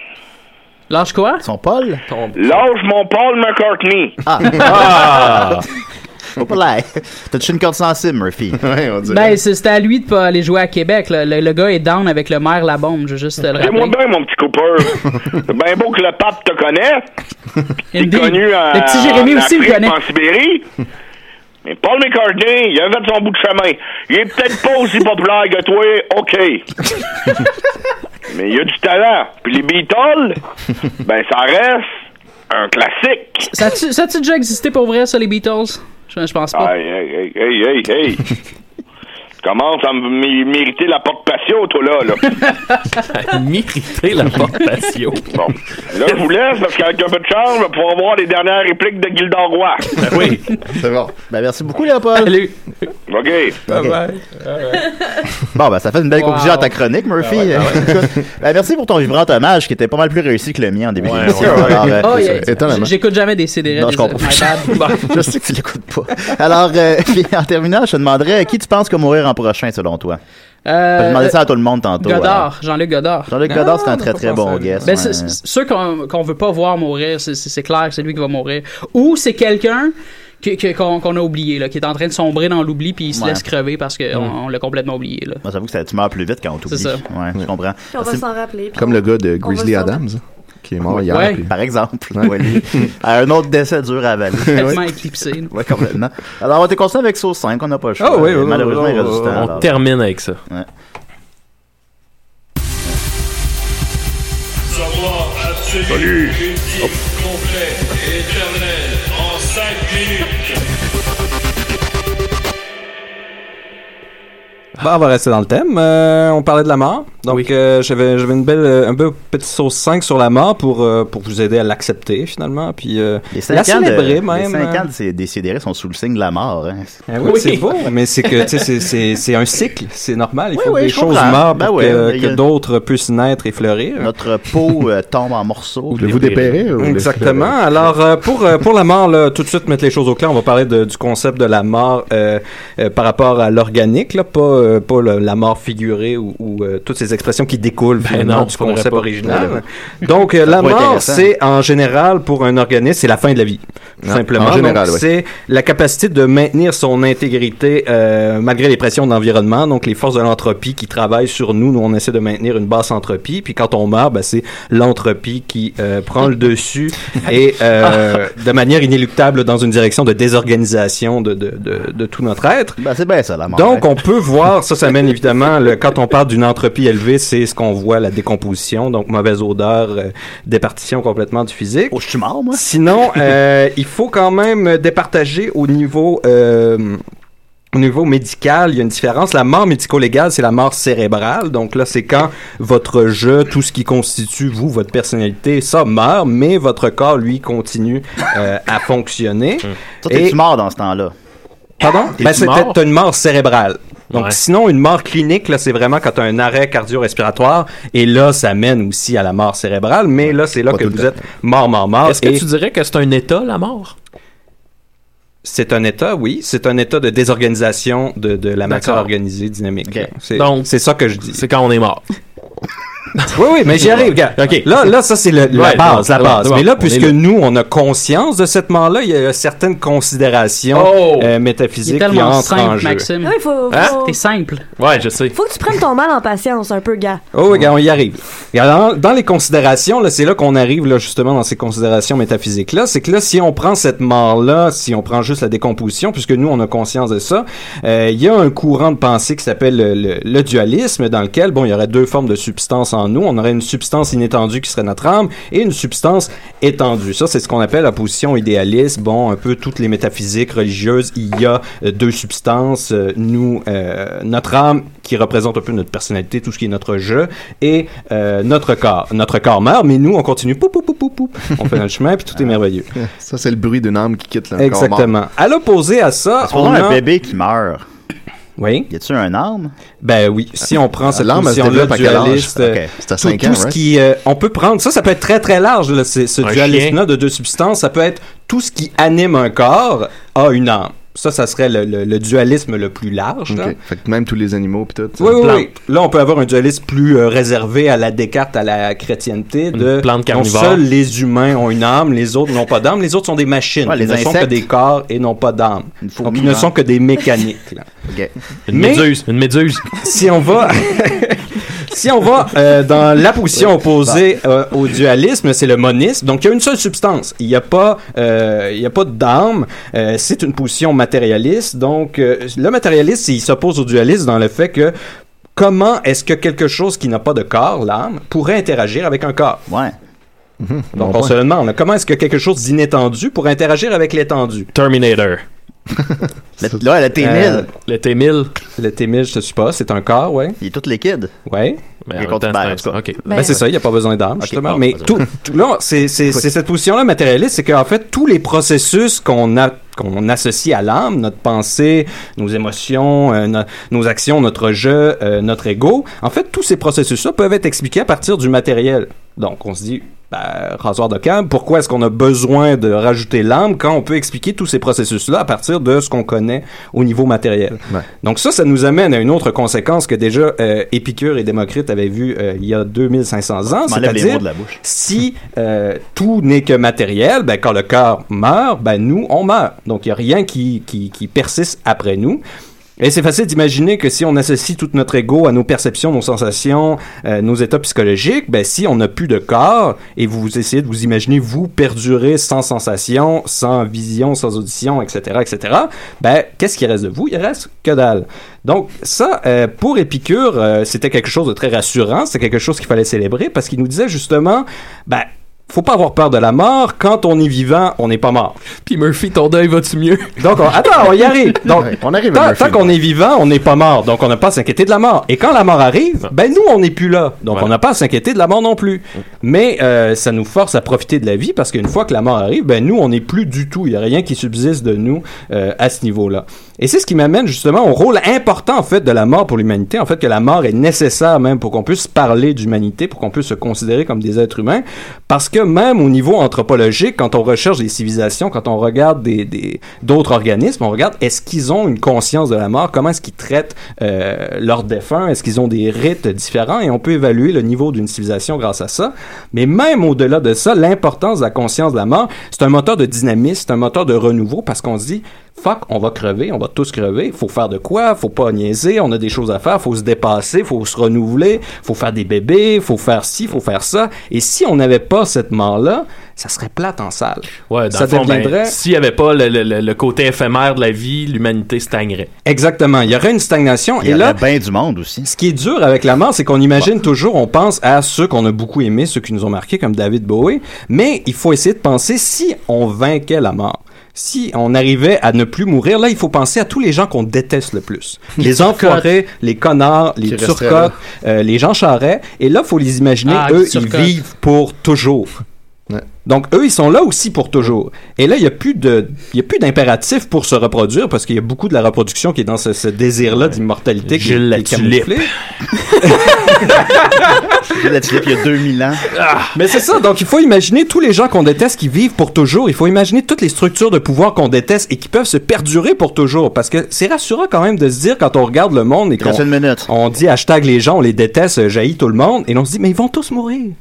Lâche quoi
Son Paul
Lâche mon Paul McCartney.
Ah.
Ah! Faut pas l'air. T'as touché une corde sensible, Murphy. Ouais, on
Ben c'est c'était à lui de pas aller jouer à Québec, là. Le, le gars est down avec le maire la bombe, je veux juste te le
C'est moi
rappeler.
bien, mon petit Cooper. C'est bien beau que le pape te connaisse. Il est connu en,
Le petit Jérémy
en
aussi le
Afrique,
connaît.
en Sibérie. Mais Paul McCartney, il a fait son bout de chemin. Il est peut-être pas aussi populaire que toi, OK. Mais il a du talent. Puis les Beatles, ben ça reste un classique.
Ça a-tu ça a-tu déjà existé pour vrai ça les Beatles Je, je pense
Ah,
pas.
Hey, hey, hey, hey, hey, hey. Tu commences à me mé- mériter la porte patio, toi, là. là.
mériter la porte patio.
Bon. Là, je vous laisse parce qu'avec un peu de chance, on va pouvoir voir les dernières répliques de Gildor Roy.
oui.
Ben C'est bon. Ben merci beaucoup, Léopold. Salut.
OK.
Bye-bye. Bon, ben ça fait une belle
Wow.
conclusion à ta chronique, Murphy.
Ah ouais, ah
Écoute, ben, merci pour ton vibrant hommage qui était pas mal plus réussi que le mien en début
Ouais,
d'émission.
ouais, ouais.
Alors, euh,
Oh,
c'est
yeah.
ça, étonnamment.
J'écoute jamais des CD.
Non, je comprends. je sais que tu l'écoutes pas. Alors, euh, puis, en terminant, je te demanderais qui tu penses que mourir en prochain, selon toi? Je vais demander ça à tout le monde tantôt. hein. Ah, alors.
Godard, Jean-Luc Godard.
Jean-Luc Godard, c'est un très très bon guest.
Ben,
ouais.
c'est- c'est- ceux qu'on qu'on veut pas voir mourir, c'est- c'est c'est clair que c'est lui qui va mourir. Ou c'est quelqu'un que- que- qu'on qu'on a oublié, là, qui est en train de sombrer dans l'oubli puis il se
Ouais. Mm.
laisse crever parce qu'on on, l'a complètement oublié. Là.
Moi, j'avoue que ça, tu meurs plus vite quand on t'oublie.
C'est ça.
Ouais, je comprends.
Puis on va
Merci-
s'en rappeler, puis
Comme le gars de
On va
Grizzly
le sauver.
Adams, hein, qui est mort hier.
Ouais.
puis-
Par exemple. Ouais, lui. un autre décès dur à avaler.
Complètement éclipsé.
Oui, complètement. Alors, on était constant avec Sauce 5, on n'a pas le choix.
Ah oui, oui, oui,
Malheureusement,
oui,
il reste du
oui,
temps,
on
alors.
termine avec ça.
Savoir absolu,
Salut.
utile, complet, éternel, en 5 minutes.
Bon, on va rester dans le thème. Euh, on parlait de la mort. Donc, euh, j'avais, j'avais une belle, euh, un beau petit sauce 5 sur la mort pour, euh, pour vous aider à l'accepter, finalement. Puis, euh,
Les 5
la
ans, de,
célébrer,
les
même.
cinq
euh.
ans de ces décidérés sont sous le signe de la mort. hein.
Ah oui, c'est beau, mais c'est que, tu sais, c'est- c'est- c'est un cycle, c'est normal. Il
Oui,
faut
oui,
que des
je
choses
comprends.
meurent
Ben
pour
ouais,
que,
mais
que
il y a-
d'autres puissent naître et fleurir.
Notre peau euh, tombe en morceaux.
Voulez-vous dépérir ou
Exactement. Alors, euh, pour, euh, pour la mort, là, tout de suite mettre les choses au clair, on va parler de- du concept de la mort euh, euh, par rapport à l'organique, là, pas, euh, pas le- la mort figurée ou, ou, euh, toutes ces expressions qui découlent finalement
Ben non,
du
faudrait
concept
pas.
original. Donc, euh,
Ça
la
pourrait être
mort,
intéressant.
c'est en général pour un organisme, c'est la fin de la vie. tout simplement.
en général,
Donc,
oui.
C'est la capacité de maintenir son intégrité euh, malgré les pressions de l'environnement. Donc, les forces de l'entropie qui travaillent sur nous, nous, on essaie de maintenir une basse entropie. Puis quand on meurt, ben, c'est l'entropie qui euh, prend le dessus et euh, de manière inéluctable dans une direction de désorganisation de, de, de, de tout notre être.
Ben, c'est bien ça, la mort. hein.
Donc, on peut voir, ça, ça mène évidemment, le, quand on parle d'une entropie élevée, c'est ce qu'on voit, la décomposition, donc mauvaise odeur, euh, départition complètement du physique.
Oh, je suis mort, moi.
Sinon, euh, il faut quand même départager au niveau... euh, au niveau médical, il y a une différence. La mort médico-légale, c'est la mort cérébrale. Donc là, c'est quand votre jeu, tout ce qui constitue vous, votre personnalité, ça meurt, mais votre corps, lui, continue euh, à fonctionner.
Hum. Toi, t'es-tu mort dans ce temps-là?
Pardon?
T'es-tu
Ben, c'est
mort?
t'as une mort cérébrale. Donc,
Ouais.
sinon, une mort clinique, là, c'est vraiment quand t'as un arrêt cardio-respiratoire. Et là, ça mène aussi à la mort cérébrale. Mais là, c'est là que vous êtes mort, mort, mort.
Est-ce que
Ah, et
tu dirais que c'est un état, la mort?
C'est un état, oui. C'est un état de désorganisation de, de la matière
D'accord.
organisée dynamique. C'est-
Donc,
c'est ça que je dis.
C'est quand on est mort.
Oui, oui, mais j'y arrive. Regarde.
Ok.
Là, là, ça, c'est le- la
Ouais,
base,
bon,
la base.
bon,
mais là,
on
puisque
est là.
nous, on a conscience de cette mort-là, il y a certaines considérations
Oh!
euh,
Il est
métaphysiques qui
tellement
entrent en
simple,
jeu.
Maxime.
Ah Oui, faut, faut,
Hein?
T'es simple.
Ouais, je sais.
faut que tu prennes ton mal en patience un peu, gars.
Oh, regarde, on y arrive. Regarde, Dans, dans les considérations, là, c'est là qu'on arrive là, justement dans ces considérations métaphysiques-là. C'est que là, si on prend cette mort-là, si on prend juste la décomposition, puisque nous, on a conscience de ça, euh, il y a un courant de pensée qui s'appelle le, le- le dualisme, dans lequel, bon, il y aurait deux formes de substance en nous. On aurait une substance inétendue qui serait notre âme et une substance étendue. Ça, c'est ce qu'on appelle la position idéaliste. Bon, un peu toutes les métaphysiques religieuses, il y a euh, deux substances. euh, nous, euh, notre âme qui représente un peu notre personnalité, tout ce qui est notre jeu, et euh, notre corps. Notre corps meurt, mais nous, on continue. Pou, pou, pou, pou, pou. On fait notre chemin, puis tout est merveilleux.
Ah. Ça, c'est le bruit d'une âme qui quitte le corps mort.
Exactement. À l'opposé à ça,
Parce qu'on
on
a
a
un
bébé qui meurt.
Oui.
Y a-tu un arme?
Ben oui. Si on prend cette
L'arme, elle se
position-là
développe à quel âge?
dualiste, euh,
Ok. C'est à
tout,
cinq
tout
ans,
ce
right?
qui, euh, on peut prendre ça, ça peut être très très large. là, c'est- ce
Un
dualisme-là de deux substances, ça peut être tout ce qui anime un corps a une âme. Ça, ça serait le, le- le dualisme le plus large. là.
Ok. Fait que même tous les animaux, puis tout.
Oui, oui, oui. Là, on peut avoir un dualisme plus euh, réservé à la Descartes, à la chrétienté. De,
plante carnivore.
Non, seuls euh, les humains ont une âme, les autres n'ont pas d'âme. Les autres sont des machines.
Ouais, les
ils ne sont que
insectes.
des corps et n'ont pas d'âme. Donc, ils
hein.
ne sont que des mécaniques. là.
Ok.
Une méduse, une méduse.
Si on va, si on va euh, dans la position opposée euh, au dualisme, c'est le monisme. Donc, il y a une seule substance. Il n'y a pas, euh, il y a pas d'âme. Euh, c'est une position matérialiste. Donc, euh, le matérialiste, il s'oppose au dualiste dans le fait que comment est-ce que quelque chose qui n'a pas de corps, l'âme, pourrait interagir avec un corps
Ouais.
Donc,
Bon
on se
point.
demande là, comment est-ce que quelque chose d'inétendu pourrait interagir avec l'étendu Euh, Terminator.
Là, le T-1000.
le T-1000. Le T-1000, je te suppose, c'est un corps, ouais.
Il est tout liquide.
Ouais.
en Il est même temps, contre-terre, c'est un- en tout cas. ok.
Ben, c'est ça, il n'y a pas besoin d'armes, justement.
bon,
Mais
pas besoin
tout, tout- là, c'est c'est- c'est cette position-là matérialiste, c'est qu'en fait, tous les processus qu'on a qu'on associe à l'âme, notre pensée, nos émotions, euh, no- nos actions, notre jeu, euh, notre ego, en fait, tous ces processus-là peuvent être expliqués à partir du matériel. Donc, on se dit, ben, rasoir de cam, pourquoi est-ce qu'on a besoin de rajouter l'âme quand on peut expliquer tous ces processus-là à partir de ce qu'on connaît au niveau matériel? Donc ça, ça nous amène à une autre conséquence que déjà euh, Épicure et Démocrite avaient vu euh, il y a 2500 ans,
M'enlève les
c'est-à-dire
mots de la bouche.
si euh, tout n'est que matériel, ben, quand le corps meurt, ben, nous, on meurt. Donc, il n'y a rien qui, qui, qui persiste après nous. Et c'est facile d'imaginer que si on associe tout notre ego à nos perceptions, nos sensations, euh, nos états psychologiques, ben, si on n'a plus de corps, et vous essayez de vous imaginer vous perdurer sans sensation, sans vision, sans audition, etc., etc., ben, qu'est-ce qui reste de vous? Il reste que dalle. Donc, ça, euh, pour Épicure, euh, c'était quelque chose de très rassurant, c'était quelque chose qu'il fallait célébrer parce qu'il nous disait justement, ben, faut pas avoir peur de la mort. Quand on est vivant, on n'est pas mort.
Puis Murphy, ton deuil va-tu mieux?
Donc, on- attends, on y arrive. Donc,
on arrive
tant, tant qu'on est vivant, on n'est pas mort. Donc, on n'a pas à s'inquiéter de la mort. Et quand la mort arrive, ben nous, on n'est plus là. Donc, on n'a pas à s'inquiéter de la mort non plus. Mais euh, ça nous force à profiter de la vie parce qu'une fois que la mort arrive, ben nous, on n'est plus du tout. Il n'y a rien qui subsiste de nous euh, à ce niveau-là. Et c'est ce qui m'amène justement au rôle important, en fait, de la mort pour l'humanité. En fait, que la mort est nécessaire même pour qu'on puisse parler d'humanité, pour qu'on puisse se considérer comme des êtres humains. Parce que que même au niveau anthropologique, quand on recherche des civilisations, quand on regarde des- des- d'autres organismes, on regarde est-ce qu'ils ont une conscience de la mort, comment est-ce qu'ils traitent euh, leurs défunts, est-ce qu'ils ont des rites différents, et on peut évaluer le niveau d'une civilisation grâce à ça. Mais même au-delà de ça, l'importance de la conscience de la mort, c'est un moteur de dynamisme, c'est un moteur de renouveau, parce qu'on se dit, fuck, on va crever, on va tous crever, faut faire de quoi, faut pas niaiser, on a des choses à faire, faut se dépasser, faut se renouveler, faut faire des bébés, faut faire ci, faut faire ça. Et si on n'avait pas cette mort-là, ça serait plate en salle.
Ouais, dans
ça
le fond, ben,
deviendrait-
s'il n'y avait pas le, le- le- le côté éphémère de la vie, l'humanité stagnerait.
Exactement. Il y aurait une stagnation.
Il y
et là,
bien du monde aussi.
Ce qui est dur avec la mort, c'est qu'on imagine toujours, on pense à ceux qu'on a beaucoup aimés, ceux qui nous ont marqués, comme David Bowie. Mais il faut essayer de penser si on vainquait la mort. Si on arrivait à ne plus mourir, là, il faut penser à tous les gens qu'on déteste le plus. Les enfoirés, les connards, les
Qui
turcots,
resteraient là.
euh, les gens charrets. Et là, faut les imaginer,
Ah,
eux,
les
ils
Turcottes.
vivent pour toujours. Donc, eux, ils sont là aussi pour toujours. Et là, il n'y a plus de, il y a plus d'impératif pour se reproduire parce qu'il y a beaucoup de la reproduction qui est dans ce, ce désir-là d'immortalité qui,
Gilles
qui
la
est camouflé.
tulipe.
J'ai la tulipe il y a 2000 ans.
Ah!
Mais c'est ça, donc il faut imaginer tous les gens qu'on déteste qui vivent pour toujours. Il faut imaginer toutes les structures de pouvoir qu'on déteste et qui peuvent se perdurer pour toujours. Parce que c'est rassurant quand même de se dire quand on regarde le monde et qu'on
reste une
on dit hashtag les gens, on les déteste, euh, jaillit tout le monde, et on se dit mais ils vont tous mourir.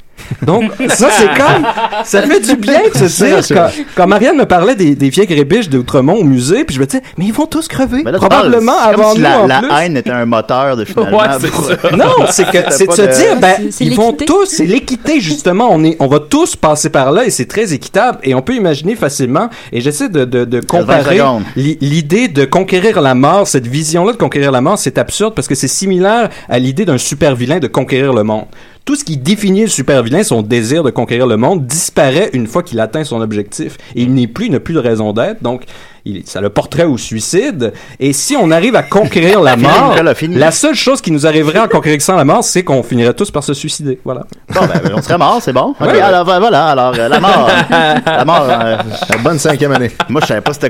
Donc ça c'est comme ça fait du bien de se
C'est
dire
rassurant.
quand, quand Marianne me parlait des, des vieilles grébiches d'Outremont au musée, puis je me disais mais ils vont tous crever
Là, tu
probablement
parles, c'est comme
avant
si
nous
la,
en
la
plus.
haine était un moteur de finalement.
Ouais, c'est
pour-
ça. Non, c'est que
T'as
c'est de
pas
se
de-
dire ben ils vont tous, c'est l'équité justement, on est on va tous passer par là et c'est très équitable et on peut imaginer facilement et j'essaie de, de, de comparer
secondes.
l'i- l'idée de conquérir la mort, cette vision là de conquérir la mort, c'est absurde parce que c'est similaire à l'idée d'un super vilain de conquérir le monde. Tout ce qui définit le super vilain, son désir de conquérir le monde, disparaît une fois qu'il atteint son objectif. Et il n'est plus, il n'a plus de raison d'être. Donc, il- ça le portrait au suicide. Et si on arrive à conquérir la
Fini,
mort,
Nicolas, fini.
la seule chose qui nous arriverait en conquérissant la mort, c'est qu'on finirait tous par se suicider. Voilà.
Bon, ben, on serait mort, c'est bon. Ok,
Ouais. Euh,
alors voilà, alors euh, la mort. la mort. Bonne cinquième année. Moi, je savais pas c'était